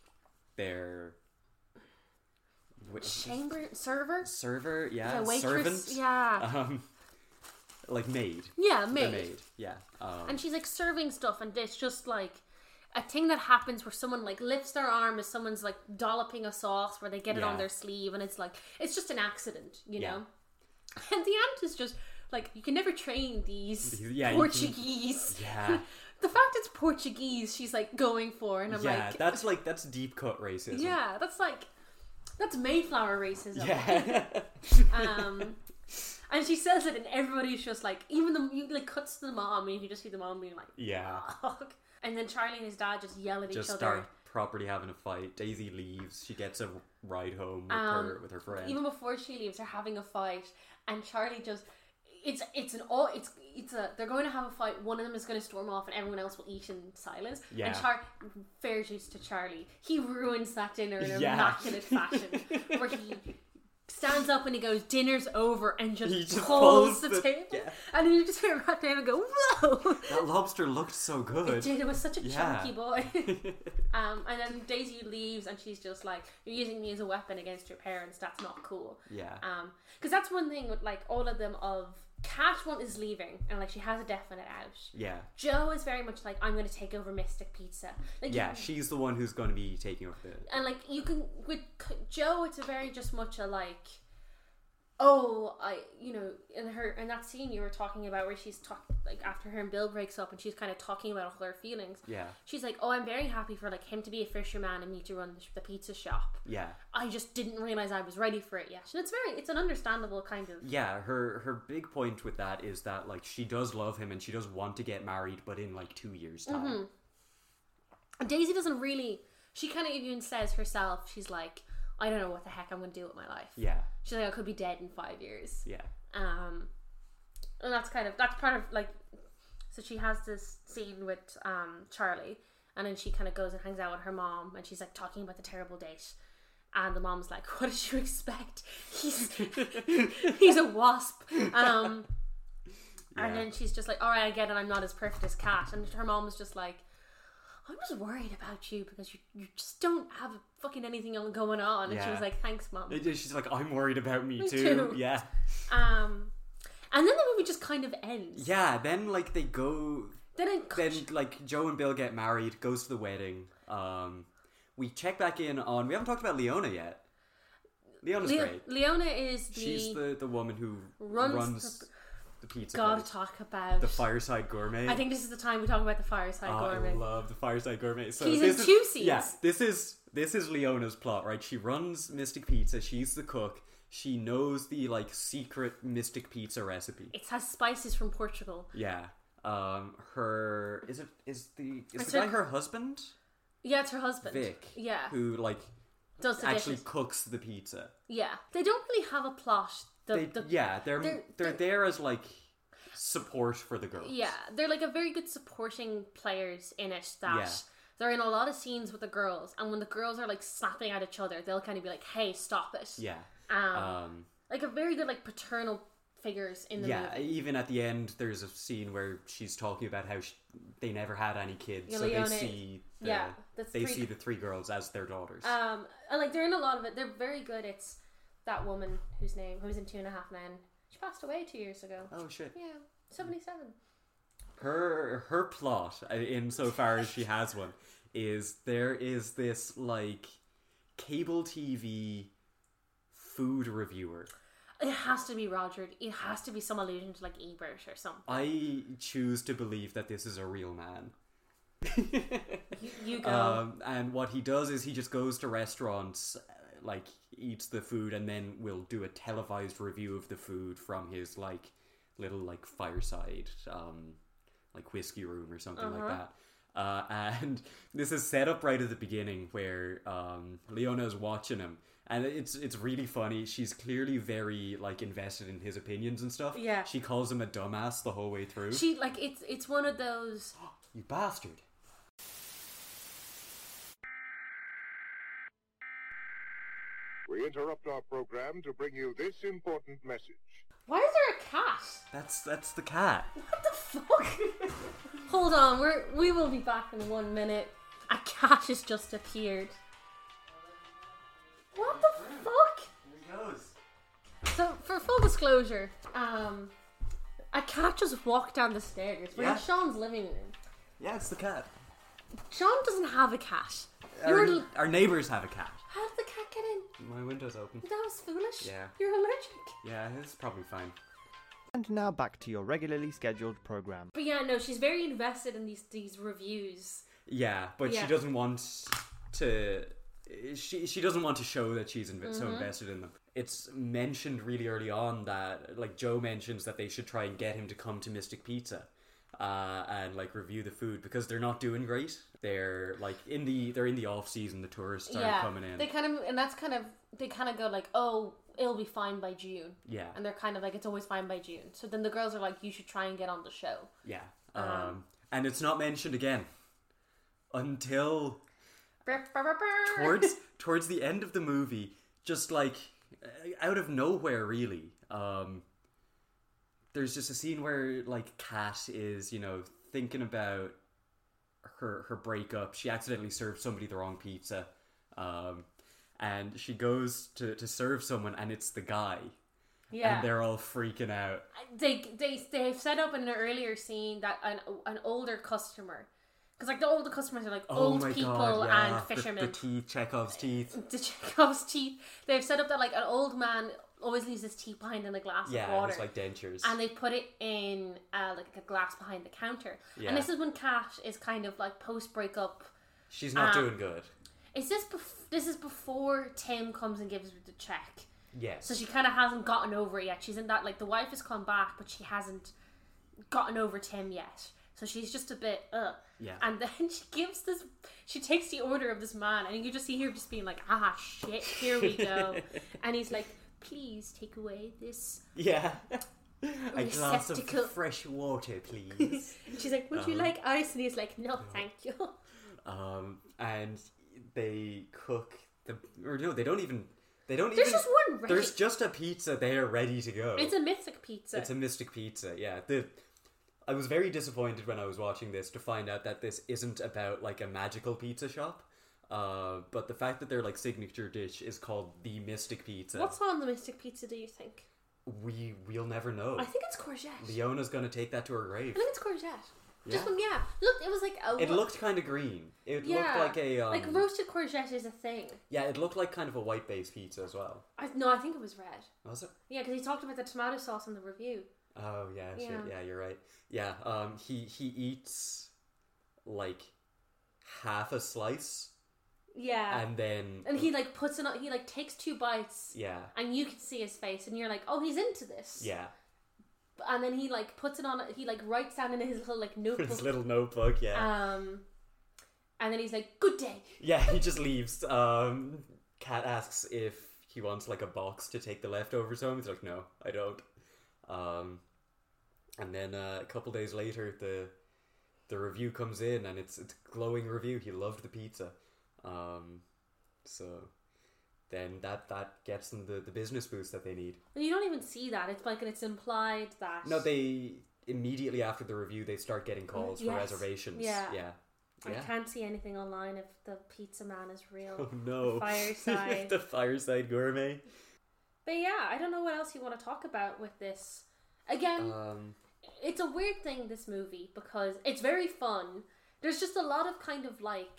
Speaker 5: their wi-
Speaker 6: Chamber
Speaker 5: Uh,
Speaker 6: server.
Speaker 5: server, yeah,
Speaker 6: Yeah, waitress.
Speaker 5: servant,
Speaker 6: Yeah.
Speaker 5: um, like maid,
Speaker 6: yeah,
Speaker 5: The
Speaker 6: maid.
Speaker 5: maid, yeah, um,
Speaker 6: and she's like serving stuff and it's just like a thing that happens where someone like lifts their arm as someone's like dolloping a sauce where they get it on
Speaker 5: Yeah.
Speaker 6: their sleeve and it's like it's just an accident you
Speaker 5: Yeah.
Speaker 6: know and the aunt is just like you can never train these
Speaker 5: Yeah, you can-
Speaker 6: portuguese
Speaker 5: yeah,
Speaker 6: the fact it's portuguese she's like going for and i'm
Speaker 5: yeah.
Speaker 6: like
Speaker 5: that's like that's deep cut racism.
Speaker 6: yeah that's like that's mayflower racism
Speaker 5: yeah,
Speaker 6: um, and she says it, and everybody's just like, even the you like cuts to the mom, and you just see the mom being like,
Speaker 5: Yeah.
Speaker 6: "Fuck." And then Charlie and his dad just yell at
Speaker 5: just
Speaker 6: each
Speaker 5: start
Speaker 6: other.
Speaker 5: properly having a fight. Daisy leaves. She gets a ride home with
Speaker 6: Um,
Speaker 5: her with her friend.
Speaker 6: Even before she leaves, they're having a fight, and Charlie just. It's it's an all it's it's a they're going to have a fight. One of them is going to storm off, and everyone else will eat in silence.
Speaker 5: Yeah.
Speaker 6: And Char fair juice to Charlie, he ruins that dinner in an
Speaker 5: Yeah.
Speaker 6: immaculate fashion, where he stands up and he goes, "Dinner's over," and just,
Speaker 5: He just
Speaker 6: pulls
Speaker 5: pulls
Speaker 6: the,
Speaker 5: the-
Speaker 6: table,
Speaker 5: yeah.
Speaker 6: and you just hear Matt Damon go, "Whoa!"
Speaker 5: that lobster looked so good.
Speaker 6: Dude, it was such a
Speaker 5: Yeah.
Speaker 6: chunky boy. um, and then Daisy leaves, and she's just like, "You're using me as a weapon against your parents. That's not cool."
Speaker 5: yeah.
Speaker 6: Um, because that's one thing with like all of them. Of Cat one is leaving, and like she has a definite out.
Speaker 5: yeah.
Speaker 6: Joe is very much like, "I'm going to take over Mystic Pizza." Like,
Speaker 5: Yeah, she's the one who's going to be taking over the
Speaker 6: and like you can with C- Joe, it's a very just much a like, oh, I you know in her in that scene you were talking about where she's talk like after her and Bill breaks up and she's kind of talking about all her feelings.
Speaker 5: Yeah.
Speaker 6: she's like, oh, I'm very happy for like him to be a fisherman and me to run the, sh- the pizza shop.
Speaker 5: Yeah.
Speaker 6: I just didn't realize I was ready for it yet, and it's very it's an understandable kind of
Speaker 5: Yeah, her her big point with that is that like she does love him and she does want to get married but in like 2 years time.
Speaker 6: Daisy doesn't really. She kind of even says herself, she's like, I don't know what the heck I'm going to do with my life.
Speaker 5: Yeah,
Speaker 6: She's like, I could be dead in five years.
Speaker 5: yeah,
Speaker 6: Um, and that's kind of that's part of like, so she has this scene with um Charlie, and then she kind of goes and hangs out with her mom, and she's like talking about the terrible date. And the mom's like, "What did you expect? He's he's a wasp." Um,
Speaker 5: Yeah.
Speaker 6: and then she's just like, "All right, I get it. I'm not as perfect as Kat." And her mom's just like, "I'm just worried about you because you you just don't have fucking anything going on." And she
Speaker 5: Yeah.
Speaker 6: was like, "Thanks, mom."
Speaker 5: It- she's like, I'm worried about me,
Speaker 6: Me
Speaker 5: too.
Speaker 6: too.
Speaker 5: Yeah,
Speaker 6: Um, and then the movie just kind of ends.
Speaker 5: yeah. Then like they go,
Speaker 6: Then it
Speaker 5: then like Joe and Bill get married, goes to the wedding. Um, we check back in on. We haven't talked about Leona yet. Leona's
Speaker 6: Le-
Speaker 5: great.
Speaker 6: Leona is the,
Speaker 5: She's the the woman who
Speaker 6: runs
Speaker 5: runs,
Speaker 6: the-
Speaker 5: the, pizza
Speaker 6: gotta
Speaker 5: place,
Speaker 6: talk about.
Speaker 5: the fireside gourmet.
Speaker 6: I think this is the time we talk about the fireside
Speaker 5: Oh,
Speaker 6: gourmet.
Speaker 5: I love the Fireside Gourmet. So
Speaker 6: She's in
Speaker 5: this is,
Speaker 6: two scenes.
Speaker 5: Yeah, this is this is Leona's plot, right? She runs Mystic Pizza. She's the cook. She knows the like secret Mystic Pizza recipe.
Speaker 6: it has spices from Portugal.
Speaker 5: Yeah. Um. Her is it is the is
Speaker 6: It's
Speaker 5: the guy
Speaker 6: her-
Speaker 5: her husband
Speaker 6: Yeah, it's her husband.
Speaker 5: Vic?
Speaker 6: Yeah,
Speaker 5: Who like
Speaker 6: does the
Speaker 5: actually
Speaker 6: dishes.
Speaker 5: cooks the pizza?
Speaker 6: Yeah, they don't really have a plot. The,
Speaker 5: They,
Speaker 6: the,
Speaker 5: yeah, they're
Speaker 6: they're-
Speaker 5: they're,
Speaker 6: they're-
Speaker 5: there as like support for the girls.
Speaker 6: yeah, they're like a very good supporting players in it. That
Speaker 5: Yeah.
Speaker 6: they're in a lot of scenes with the girls, and when the girls are like snapping at each other, they'll kind of be like, "Hey, stop it!"
Speaker 5: Yeah.
Speaker 6: Um,
Speaker 5: Um.
Speaker 6: like a very good like paternal figures in the
Speaker 5: Yeah,
Speaker 6: movie.
Speaker 5: even at the end, there's a scene where she's talking about how she, they never had any kids,
Speaker 6: Yeah,
Speaker 5: so
Speaker 6: Leona-
Speaker 5: they see the,
Speaker 6: yeah, that's
Speaker 5: they
Speaker 6: three-
Speaker 5: see the three girls as their daughters.
Speaker 6: Um, and like they're in a lot of it. They're very good. It's that woman whose name who was in Two and a Half Men. She passed away two years ago.
Speaker 5: oh shit!
Speaker 6: Yeah, seventy-seven.
Speaker 5: Her her plot, uh, insofar as she has one, is there is this like cable TV food reviewer.
Speaker 6: It has to be Roger. It has to be some allusion to like Ebert or something.
Speaker 5: I choose to believe that this is a real man.
Speaker 6: You, you go.
Speaker 5: Um, and what he does is he just goes to restaurants, uh, like eats the food, and then will do a televised review of the food from his like little like fireside, um, like whiskey room or something
Speaker 6: Uh-huh.
Speaker 5: like that. Uh, and this is set up right at the beginning where um, Leona is watching him, and it's it's really funny. She's clearly very like invested in his opinions and stuff.
Speaker 6: Yeah.
Speaker 5: she calls him a dumbass the whole way through.
Speaker 6: she like it's it's one of those.
Speaker 5: you bastard.
Speaker 1: We interrupt our program to bring you this important message.
Speaker 6: Why is there a cat?
Speaker 5: That's that's the cat.
Speaker 6: What the fuck? Hold on, we're we will be back in one minute. A cat has just appeared. What the fuck?
Speaker 5: Here he goes.
Speaker 6: So, for full disclosure, um, a cat just walked down the stairs. We're
Speaker 5: Yeah.
Speaker 6: in Sean's living room.
Speaker 5: Yeah, it's the cat.
Speaker 6: Sean doesn't have a cat. You're,
Speaker 5: Our,
Speaker 6: l-
Speaker 5: our neighbors have a cat.
Speaker 6: how did the cat get in?
Speaker 5: My window's open.
Speaker 6: That was foolish.
Speaker 5: Yeah.
Speaker 6: You're allergic.
Speaker 5: Yeah, it's probably fine.
Speaker 7: And now back to your regularly scheduled program.
Speaker 6: But yeah, no, she's very invested in these these reviews.
Speaker 5: Yeah, but
Speaker 6: Yeah.
Speaker 5: she doesn't want to. She she doesn't want to show that she's inv-
Speaker 6: Mm-hmm.
Speaker 5: so invested in them. It's mentioned really early on that like Joe mentions that they should try and get him to come to Mystic Pizza. Uh, and like review the food because they're not doing great. They're like in the they're in the off season. The tourists aren't
Speaker 6: yeah,
Speaker 5: coming in.
Speaker 6: they kind of, and that's kind of, they kind of go like, oh, it'll be fine by June.
Speaker 5: yeah,
Speaker 6: And they're kind of like, it's always fine by June. So then the girls are like, you should try and get on the show.
Speaker 5: yeah. Um,
Speaker 6: Uh-huh.
Speaker 5: and it's not mentioned again until
Speaker 6: Brr, brr, brr, brr.
Speaker 5: towards towards the end of the movie, just like uh, out of nowhere, really. Um, there's just a scene where like Kat is, you know, thinking about her her breakup. She accidentally served somebody the wrong pizza, um, and she goes to to serve someone, and it's the guy,
Speaker 6: yeah.
Speaker 5: and they're all freaking out.
Speaker 6: they they they've set up in an earlier scene that an an older customer, because like the older customers are like
Speaker 5: Oh
Speaker 6: old
Speaker 5: my
Speaker 6: people
Speaker 5: god! Yeah,
Speaker 6: and
Speaker 5: the-
Speaker 6: fishermen.
Speaker 5: the teeth, Chekhov's teeth.
Speaker 6: The, Chekhov's teeth. They've set up that like an old man always leaves his teeth behind in a glass of
Speaker 5: Yeah,
Speaker 6: water.
Speaker 5: it's like dentures.
Speaker 6: and they put it in uh, like a glass behind the counter.
Speaker 5: Yeah.
Speaker 6: And this is when Kat is kind of like post breakup.
Speaker 5: She's not
Speaker 6: um,
Speaker 5: doing good.
Speaker 6: Is this bef- this is before Tim comes and gives her the check?
Speaker 5: Yes.
Speaker 6: So she kind of hasn't gotten over it yet. She's in that like the wife has come back, but she hasn't gotten over Tim yet. So she's just a bit uh
Speaker 5: Yeah.
Speaker 6: And then she gives this she takes the order of this man and you can just see her just being like, Ah shit, here we go And he's like, Please take away this
Speaker 5: Yeah. A glass of
Speaker 6: Receptacle.
Speaker 5: fresh water, please.
Speaker 6: and she's like, Would
Speaker 5: Uh-huh.
Speaker 6: you like ice? And he's like, No, thank you.
Speaker 5: um, and they cook the or no, they don't even they don't
Speaker 6: There's
Speaker 5: even
Speaker 6: just one ready.
Speaker 5: There's just a pizza there ready to go.
Speaker 6: It's a mythic pizza.
Speaker 5: It's a mystic pizza, yeah. The I was very disappointed when I was watching this to find out that this isn't about like a magical pizza shop. Uh, but the fact that their like signature dish is called the Mystic Pizza,
Speaker 6: What's on the mystic pizza do you think?
Speaker 5: we we'll never know.
Speaker 6: I think it's courgette.
Speaker 5: Leona's gonna take that to her grave.
Speaker 6: I think it's courgette. Just
Speaker 5: Yeah.
Speaker 6: yeah. yeah. Look, it was like a
Speaker 5: It looked kind of green. It
Speaker 6: yeah,
Speaker 5: looked like a um,
Speaker 6: like roasted courgette is a thing.
Speaker 5: yeah. It looked like kind of a white based pizza as well.
Speaker 6: I, no, I think it was red.
Speaker 5: Was it?
Speaker 6: Yeah, because he talked about the tomato sauce in the review.
Speaker 5: Oh yeah, shit,
Speaker 6: Yeah.
Speaker 5: yeah, you're right. Yeah, um, he he eats like half a slice
Speaker 6: Yeah, and,
Speaker 5: and then
Speaker 6: he like puts it on. He like takes two bites,
Speaker 5: yeah
Speaker 6: and you can see his face, and you're like, oh, he's into this.
Speaker 5: yeah
Speaker 6: and then he like puts it on. He like writes down in his little like notebook.
Speaker 5: his little notebook yeah
Speaker 6: Um, and then he's like, good day.
Speaker 5: yeah he just leaves. Um, Cat asks if he wants like a box to take the leftovers home. He's like, no, I don't. Um, and then uh, a couple days later, the the review comes in and it's it's a glowing review. He loved the pizza. Um, so then that that gets them the the business boost that they need.
Speaker 6: And you don't even see that. It's like it's implied that.
Speaker 5: No, they immediately after the review they start getting calls for
Speaker 6: Yes.
Speaker 5: reservations.
Speaker 6: Yeah.
Speaker 5: yeah.
Speaker 6: I
Speaker 5: Yeah.
Speaker 6: can't see anything online if the pizza man is real.
Speaker 5: Oh no.
Speaker 6: The fireside.
Speaker 5: the fireside gourmet.
Speaker 6: But yeah, I don't know what else you want to talk about with this. Again,
Speaker 5: Um
Speaker 6: it's a weird thing this movie because it's very fun. There's just a lot of kind of like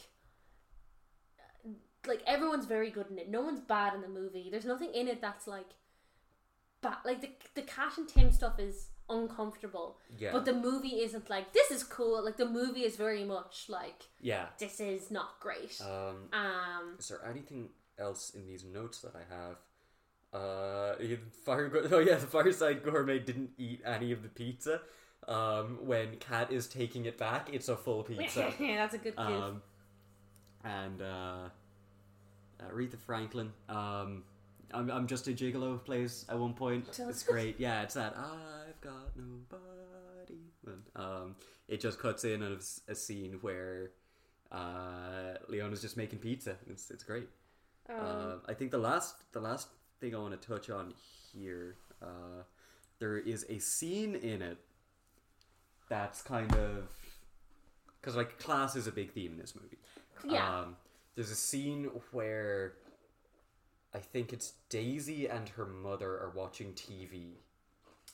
Speaker 6: like everyone's very good in it. No one's bad in the movie. There's nothing in it that's like bad. Like the the Cash and Tim stuff is uncomfortable.
Speaker 5: Yeah.
Speaker 6: But the movie isn't like this is cool. Like the movie is very much like
Speaker 5: yeah.
Speaker 6: this is not great.
Speaker 5: Um
Speaker 6: um
Speaker 5: is there anything else in these notes that I have? Uh fire go- oh yeah, the fireside gourmet didn't eat any of the pizza. Um when Kat is taking it back, it's a full pizza.
Speaker 6: that's a good kid.
Speaker 5: um, and uh, Aretha Franklin. Um, I'm, I'm just a gigolo plays at one point. It's great. Yeah, it's that I've got nobody. Um, it just cuts in on a s- a scene where uh, Leona's just making pizza. It's it's great.
Speaker 6: Um,
Speaker 5: Uh, I think the last the last thing I want to touch on here, uh, there is a scene in it that's kind of because like class is a big theme in this movie.
Speaker 6: yeah.
Speaker 5: Um, there's a scene where I think it's Daisy and her mother are watching TV.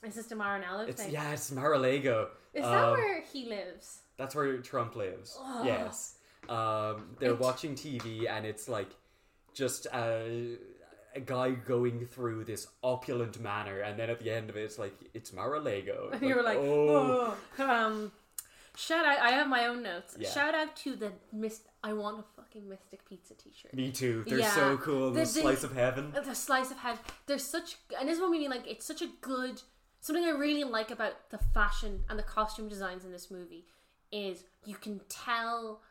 Speaker 6: It's just a Maranello
Speaker 5: It's
Speaker 6: thing.
Speaker 5: yeah, it's Mar-a-Lago.
Speaker 6: Is that
Speaker 5: Um,
Speaker 6: where he lives?
Speaker 5: That's where Trump lives.
Speaker 6: Ugh.
Speaker 5: Yes. Um, they're
Speaker 6: It-
Speaker 5: watching TV and it's like just a, a guy going through this opulent manor, and then at the end of it, it's like it's Mar-a-Lago.
Speaker 6: And you were like, oh. Um, shout out! I have my own notes.
Speaker 5: Yeah.
Speaker 6: Shout out to the mist. I want a fucking Mystic Pizza T-shirt.
Speaker 5: me too. They're
Speaker 6: Yeah.
Speaker 5: so cool. The,
Speaker 6: The- the-
Speaker 5: slice of heaven.
Speaker 6: The slice of head. There's such, and this is what we mean. Like it's such a good. Something I really like about the fashion and the costume designs in this movie is you can tell.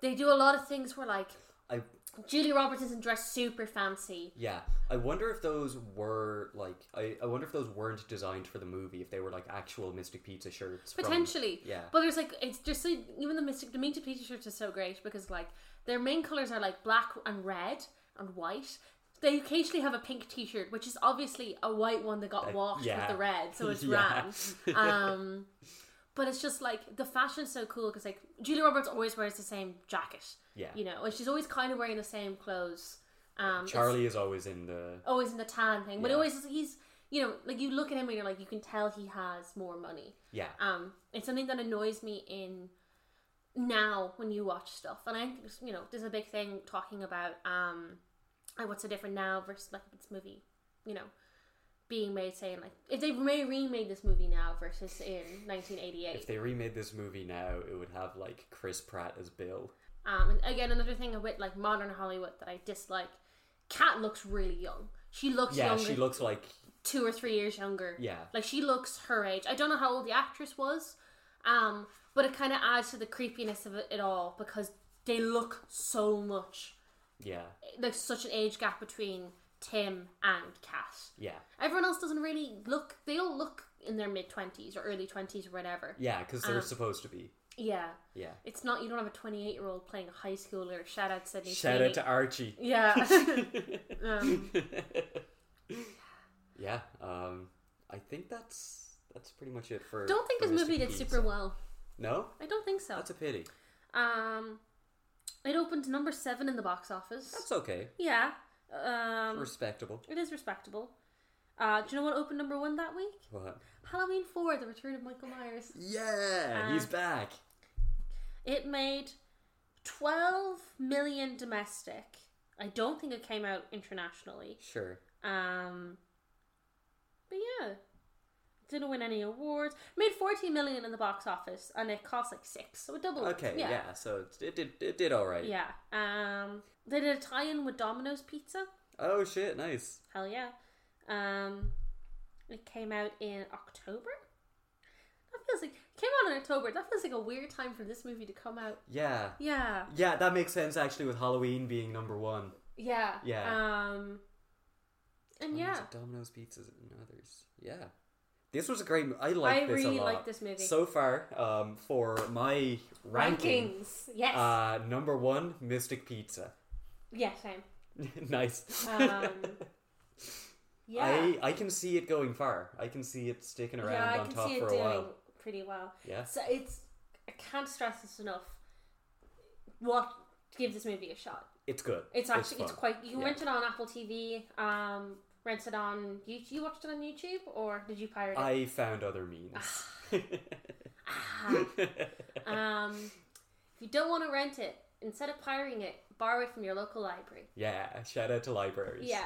Speaker 6: They do a lot of things where like
Speaker 5: I
Speaker 6: Julie Roberts isn't dressed super fancy.
Speaker 5: Yeah, I wonder if those were like I, I wonder if those weren't designed for the movie. If they were like actual Mystic Pizza shirts, from-
Speaker 6: potentially.
Speaker 5: yeah.
Speaker 6: But there's like it's just like, even the Mystic the Mystic Pizza shirts are so great because like their main colors are like black and red and white. They occasionally have a pink T-shirt, which is obviously a white one that got washed
Speaker 5: yeah.
Speaker 6: with the red, so it's
Speaker 5: Yeah.
Speaker 6: ran. Um, but it's just like the fashion's so cool because like Julia Roberts always wears the same jacket,
Speaker 5: yeah.
Speaker 6: you know, and she's always kind of wearing the same clothes. Um, it's-
Speaker 5: Charlie is always in the
Speaker 6: always in the tan thing, but
Speaker 5: Yeah.
Speaker 6: always he's you know like you look at him and you're like you can tell he has more money.
Speaker 5: yeah
Speaker 6: Um, it's something that annoys me in now when you watch stuff, and I think you know there's a big thing talking about um, like what's so different now versus like this movie, you know, being made saying like if they may remade this movie now versus in 1988.
Speaker 5: If they remade this movie now, it would have like Chris Pratt as Bill.
Speaker 6: Um, and again, another thing with like modern Hollywood that I dislike. Kat looks really young. She looks
Speaker 5: Yeah,
Speaker 6: younger,
Speaker 5: she looks like
Speaker 6: two or three years younger.
Speaker 5: Yeah.
Speaker 6: like she looks her age. I don't know how old the actress was. Um, but it kind of adds to the creepiness of it, it all because they look so much.
Speaker 5: Yeah.
Speaker 6: There's such an age gap between Tim and Kat.
Speaker 5: Yeah.
Speaker 6: Everyone else doesn't really look. They all look in their mid twenties or early twenties or whatever.
Speaker 5: Yeah, because they're
Speaker 6: Um,
Speaker 5: supposed to be.
Speaker 6: Yeah,
Speaker 5: Yeah.
Speaker 6: it's not. You don't have a twenty-eight year old playing a high schooler. Shout out Sydney.
Speaker 5: Shout
Speaker 6: Sweeney.
Speaker 5: out to Archie.
Speaker 6: Yeah. um,
Speaker 5: yeah. Um, I think that's that's pretty much it for.
Speaker 6: don't think
Speaker 5: for
Speaker 6: this
Speaker 5: Mr.
Speaker 6: movie did
Speaker 5: Keys.
Speaker 6: super well.
Speaker 5: No,
Speaker 6: I don't think so.
Speaker 5: that's a pity.
Speaker 6: Um, it opened number seven in the box office.
Speaker 5: That's okay.
Speaker 6: yeah. Um,
Speaker 5: Respectable.
Speaker 6: it is respectable. Uh, do you know what opened number one that week?
Speaker 5: What?
Speaker 6: Halloween Four: The Return of Michael Myers.
Speaker 5: Yeah, he's
Speaker 6: Um,
Speaker 5: back.
Speaker 6: It made 12 million domestic. I don't think it came out internationally.
Speaker 5: Sure.
Speaker 6: Um but yeah. Didn't win any awards. Made 14 million in the box office and it cost like 6. So it doubled.
Speaker 5: Okay. Yeah. so it, it did it did all right.
Speaker 6: Oh, Yeah. Um they did a tie-in with Domino's Pizza.
Speaker 5: Oh shit! Nice.
Speaker 6: Hell yeah. Um it came out in October. That feels like came out in October. That feels like a weird time for this movie to come out.
Speaker 5: Yeah.
Speaker 6: Yeah.
Speaker 5: Yeah, that makes sense actually with Halloween being number one.
Speaker 6: Yeah.
Speaker 5: Yeah.
Speaker 6: Um. And
Speaker 5: Tons
Speaker 6: yeah,
Speaker 5: of Domino's pizzas and others. Yeah, this was a great. I like.
Speaker 6: I
Speaker 5: this
Speaker 6: really
Speaker 5: a lot.
Speaker 6: like this movie.
Speaker 5: So far, um, for my ranking,
Speaker 6: rankings. Yes.
Speaker 5: uh, number one, Mystic Pizza.
Speaker 6: yeah. Same.
Speaker 5: nice.
Speaker 6: Um, Yeah.
Speaker 5: I I can see it going far. I can see it sticking around
Speaker 6: yeah, I
Speaker 5: on
Speaker 6: can
Speaker 5: top
Speaker 6: see
Speaker 5: for
Speaker 6: it
Speaker 5: a
Speaker 6: doing
Speaker 5: while.
Speaker 6: pretty well.
Speaker 5: Yeah.
Speaker 6: So it's. I can't stress this enough. What give this movie a shot?
Speaker 5: It's good.
Speaker 6: It's actually it's,
Speaker 5: fun.
Speaker 6: quite. You can
Speaker 5: Yeah.
Speaker 6: rent it on Apple TV. Um, rent it on YouTube. You watched it on YouTube, or did you pirate it?
Speaker 5: I found other means.
Speaker 6: Ah. um, if you don't want to rent it, instead of pirating it, borrow it from your local library.
Speaker 5: yeah, shout out to libraries.
Speaker 6: Yeah.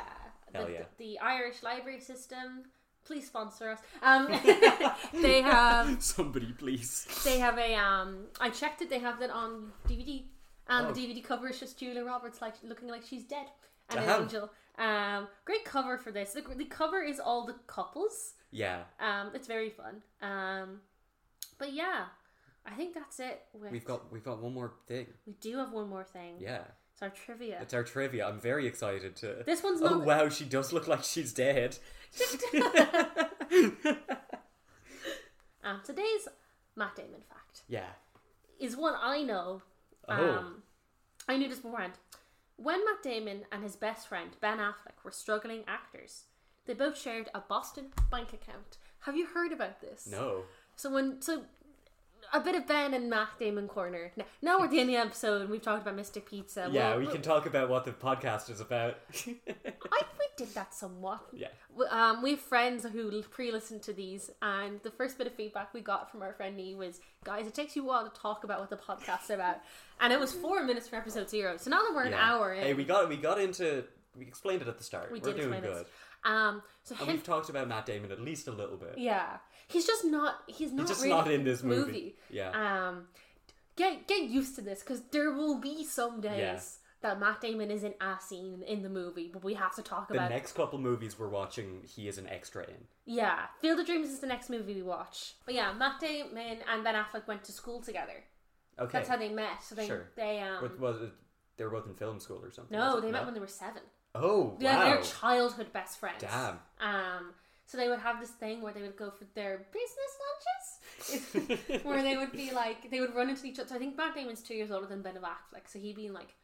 Speaker 6: The,
Speaker 5: Hell yeah.
Speaker 6: the, the Irish library system. Please sponsor us. Um, they have
Speaker 5: somebody please.
Speaker 6: they have a um. I checked it. They have that on DVD. And
Speaker 5: Oh.
Speaker 6: the DVD cover is just Julia Roberts like looking like she's dead and
Speaker 5: Damn.
Speaker 6: an angel. Um, great cover for this. The, the cover is all the couples.
Speaker 5: Yeah,
Speaker 6: Um, it's very fun. Um, but yeah, I think that's it. With,
Speaker 5: we've got we've got one more thing.
Speaker 6: we do have one more thing.
Speaker 5: Yeah,
Speaker 6: it's our trivia.
Speaker 5: it's our trivia. I'm very excited to.
Speaker 6: This one's
Speaker 5: Oh
Speaker 6: not.
Speaker 5: wow, she does look like she's dead.
Speaker 6: Um, today's Matt Damon fact.
Speaker 5: yeah.
Speaker 6: is one I know.
Speaker 5: Oh.
Speaker 6: Um, I knew this beforehand. When Matt Damon and his best friend Ben Affleck were struggling actors, they both shared a Boston bank account. Have you heard about this?
Speaker 5: No.
Speaker 6: So when so a bit of Ben and Matt Damon corner. Now, now we're at the end of the episode and we've talked about Mystic Pizza.
Speaker 5: Yeah,
Speaker 6: Well,
Speaker 5: we can talk about what the podcast is about.
Speaker 6: I we did that somewhat.
Speaker 5: yeah.
Speaker 6: W- Um, we have friends who l- pre-listened to these, and the first bit of feedback we got from our friend Nee was, "Guys, it takes you a while to talk about what the podcast's about," and it was four minutes for episode zero. So now that we're an
Speaker 5: yeah.
Speaker 6: hour in,
Speaker 5: Hey, we got we got into we explained it at the start.
Speaker 6: we
Speaker 5: We're
Speaker 6: did
Speaker 5: doing
Speaker 6: explain this.
Speaker 5: good.
Speaker 6: Um, so
Speaker 5: And
Speaker 6: him,
Speaker 5: we've talked about Matt Damon at least a little bit.
Speaker 6: yeah, he's just not. He's not.
Speaker 5: He's just
Speaker 6: really
Speaker 5: not in this movie. Yeah.
Speaker 6: Um, get get used to this because there will be some days.
Speaker 5: Yeah.
Speaker 6: That Matt Damon isn't as seen in the movie, but we have to talk
Speaker 5: the
Speaker 6: about.
Speaker 5: next couple movies we're watching, he is an extra in.
Speaker 6: Yeah, Field of Dreams is the next movie we watch. But yeah, Matt Damon and Ben Affleck went to school together.
Speaker 5: Okay.
Speaker 6: That's how they met. So they
Speaker 5: Sure.
Speaker 6: they um
Speaker 5: What- was it- they were both in film school or something.
Speaker 6: no,
Speaker 5: wasn't
Speaker 6: they
Speaker 5: it?
Speaker 6: met when they were seven.
Speaker 5: Oh wow.
Speaker 6: Yeah, they're childhood best friends.
Speaker 5: Damn.
Speaker 6: Um, so they would have this thing where they would go for their business lunches, where they would be like they would run into each other. So I think Matt Damon's two years older than Ben Affleck, so he'd be in like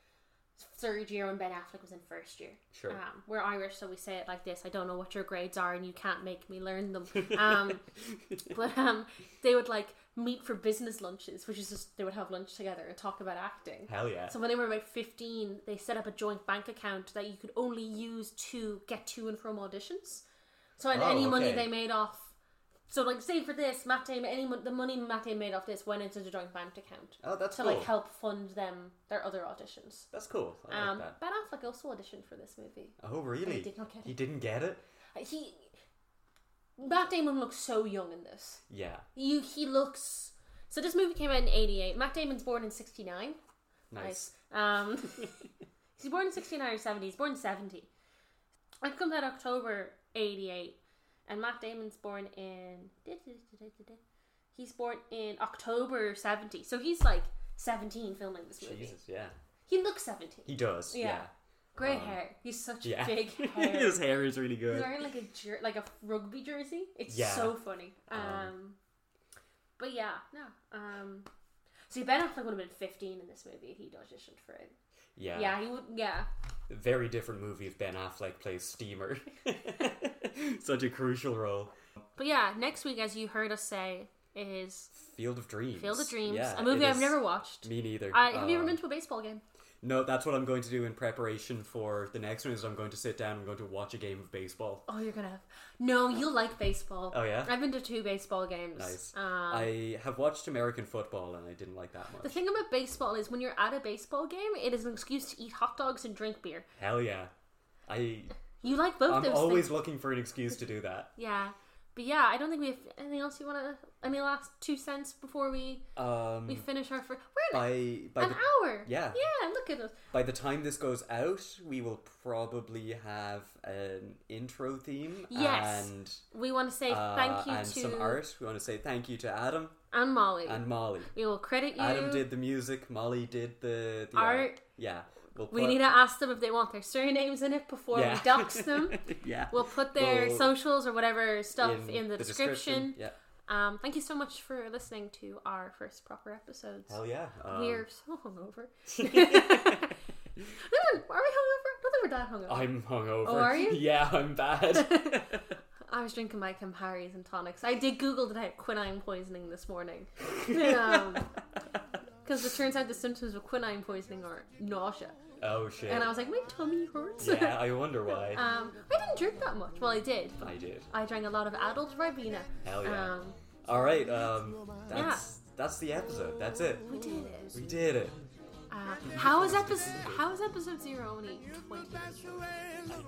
Speaker 6: third year when Ben Affleck was in first year.
Speaker 5: Sure.
Speaker 6: Um, we're Irish, so we say it like this: I don't know what your grades are, and you can't make me learn them. Um, but um, they would like meet for business lunches, which is just they would have lunch together and talk about acting.
Speaker 5: Hell yeah.
Speaker 6: So when they were about 15, they set up a joint bank account that you could only use to get to and from auditions. So and
Speaker 5: Oh,
Speaker 6: any money
Speaker 5: okay.
Speaker 6: they made off, so like say for this, Matt Damon, any mon- the money Matt Damon made off this went into the joint bank account
Speaker 5: oh, that's
Speaker 6: to
Speaker 5: cool.
Speaker 6: like help fund them their other auditions.
Speaker 5: That's cool. I like
Speaker 6: um,
Speaker 5: that.
Speaker 6: Ben Affleck also auditioned for this movie.
Speaker 5: Oh really?
Speaker 6: did not get
Speaker 5: He
Speaker 6: it.
Speaker 5: didn't get it.
Speaker 6: He, Matt Damon looks so young in this.
Speaker 5: Yeah.
Speaker 6: You he looks. So this movie came out in '88. Matt Damon's born in '69.
Speaker 5: Nice.
Speaker 6: Um, he's born in 69 or 70. He's born in 70. I comes out October 88. And Matt Damon's born in He's born in October 70. So he's like 17 filming this movie.
Speaker 5: Jesus, yeah.
Speaker 6: He looks 17.
Speaker 5: He does.
Speaker 6: Yeah.
Speaker 5: Yeah.
Speaker 6: Grey
Speaker 5: Um,
Speaker 6: hair. He's such
Speaker 5: Yeah.
Speaker 6: big hair.
Speaker 5: His hair is really
Speaker 6: He's
Speaker 5: good.
Speaker 6: wearing like a jer- like a rugby jersey. It's
Speaker 5: Yeah.
Speaker 6: so funny. Um,
Speaker 5: Um,
Speaker 6: but yeah, no. Um, see, Ben Affleck would have been fifteen in this movie if he'd auditioned for it. Yeah,
Speaker 5: Yeah.
Speaker 6: he would. Yeah,
Speaker 5: Very different movie if Ben Affleck plays Steamer. Such a crucial role.
Speaker 6: but yeah. Next week, as you heard us say, is
Speaker 5: Field of Dreams.
Speaker 6: Field of Dreams,
Speaker 5: Yeah,
Speaker 6: a movie
Speaker 5: it
Speaker 6: I've
Speaker 5: is-
Speaker 6: never watched.
Speaker 5: Me neither.
Speaker 6: I, have you
Speaker 5: Uh,
Speaker 6: ever been to a baseball game?
Speaker 5: No, that's what I'm going to do in preparation for the next one. Is I'm going to sit down. I'm going to watch a game of baseball.
Speaker 6: Oh, you're gonna have. No, you'll like baseball.
Speaker 5: Oh, yeah?
Speaker 6: I've been to two baseball games.
Speaker 5: Nice.
Speaker 6: Um,
Speaker 5: I have watched American football and I didn't like that
Speaker 6: the
Speaker 5: much.
Speaker 6: thing about baseball is when you're at a baseball game, it is an excuse to eat hot dogs and drink beer.
Speaker 5: Hell yeah, I
Speaker 6: You like both
Speaker 5: I'm
Speaker 6: those
Speaker 5: always
Speaker 6: things.
Speaker 5: looking for an excuse to do that.
Speaker 6: Yeah. But yeah, I don't think we have anything else you want to. Any last two cents before we
Speaker 5: Um,
Speaker 6: we finish our first. We're in
Speaker 5: by by
Speaker 6: an
Speaker 5: the,
Speaker 6: hour.
Speaker 5: yeah.
Speaker 6: Yeah. Look at us.
Speaker 5: by the time this goes out, we will probably have an intro theme.
Speaker 6: Yes.
Speaker 5: and
Speaker 6: We want to say
Speaker 5: uh,
Speaker 6: thank you
Speaker 5: and
Speaker 6: to
Speaker 5: some art. We want to say thank you to Adam
Speaker 6: and Molly.
Speaker 5: and Molly.
Speaker 6: we will credit you.
Speaker 5: Adam did the music. Molly did the, the
Speaker 6: Art.
Speaker 5: Yeah, we'll
Speaker 6: We
Speaker 5: put-
Speaker 6: need to ask them if they want their surnames in it before we dox them.
Speaker 5: yeah.
Speaker 6: We'll put their
Speaker 5: We'll-
Speaker 6: socials or whatever stuff in, the, description.
Speaker 5: Yeah.
Speaker 6: Um, thank you so much for listening to our first proper episodes.
Speaker 5: Hell yeah. Um,
Speaker 6: We're so hungover. are we hungover? I don't think we're that hungover.
Speaker 5: I'm hungover.
Speaker 6: Oh, are you?
Speaker 5: Yeah, I'm bad.
Speaker 6: I was drinking my Campari's and tonics. I did Google today quinine poisoning this morning. Because it turns out the symptoms of quinine poisoning are nausea.
Speaker 5: oh shit.
Speaker 6: And I was like, my tummy hurts.
Speaker 5: yeah, I wonder why.
Speaker 6: um, I didn't drink that much. Well, I did.
Speaker 5: I did.
Speaker 6: I drank a lot of adult Ribena.
Speaker 5: Hell Oh, yeah.
Speaker 6: Um,
Speaker 5: All right. Um, that's that's the episode. That's it.
Speaker 6: we did it.
Speaker 5: We did it.
Speaker 6: Uh, how is episode How is episode zero only twenty?
Speaker 5: I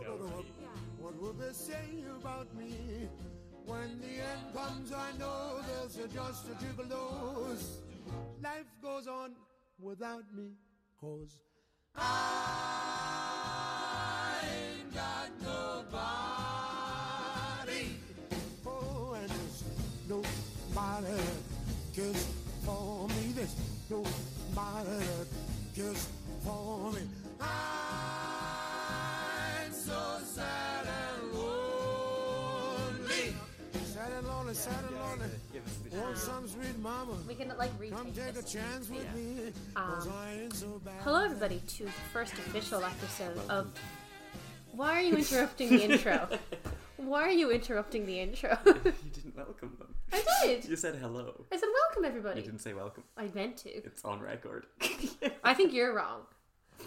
Speaker 5: know.
Speaker 8: What will they say about me? When the end comes, I know there's just a triple dose. Life goes on without me, cause I ain't got nobody. Oh, and there's nobody just for me. There's nobody just for me. I'm so sad and lonely. Sad and lonely, sad and lonely. Oh, some sweet mama.
Speaker 6: We can like
Speaker 8: Come
Speaker 6: retake
Speaker 8: take a
Speaker 6: this.
Speaker 8: chance with me. 'cause I ain't so bad.
Speaker 6: Hello, everybody, to the first official episode of. Why are you interrupting the intro? Why are you interrupting the intro?
Speaker 5: You didn't welcome them.
Speaker 6: I did.
Speaker 5: You said hello.
Speaker 6: I said, "Welcome,
Speaker 5: You
Speaker 6: everybody."
Speaker 5: didn't say welcome.
Speaker 6: I meant to.
Speaker 5: It's on record.
Speaker 6: I think you're wrong.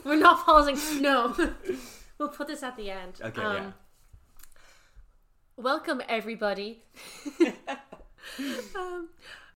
Speaker 6: We're not pausing. No, we'll put this at the end.
Speaker 5: Okay.
Speaker 6: Um,
Speaker 5: yeah.
Speaker 6: Welcome, everybody. um,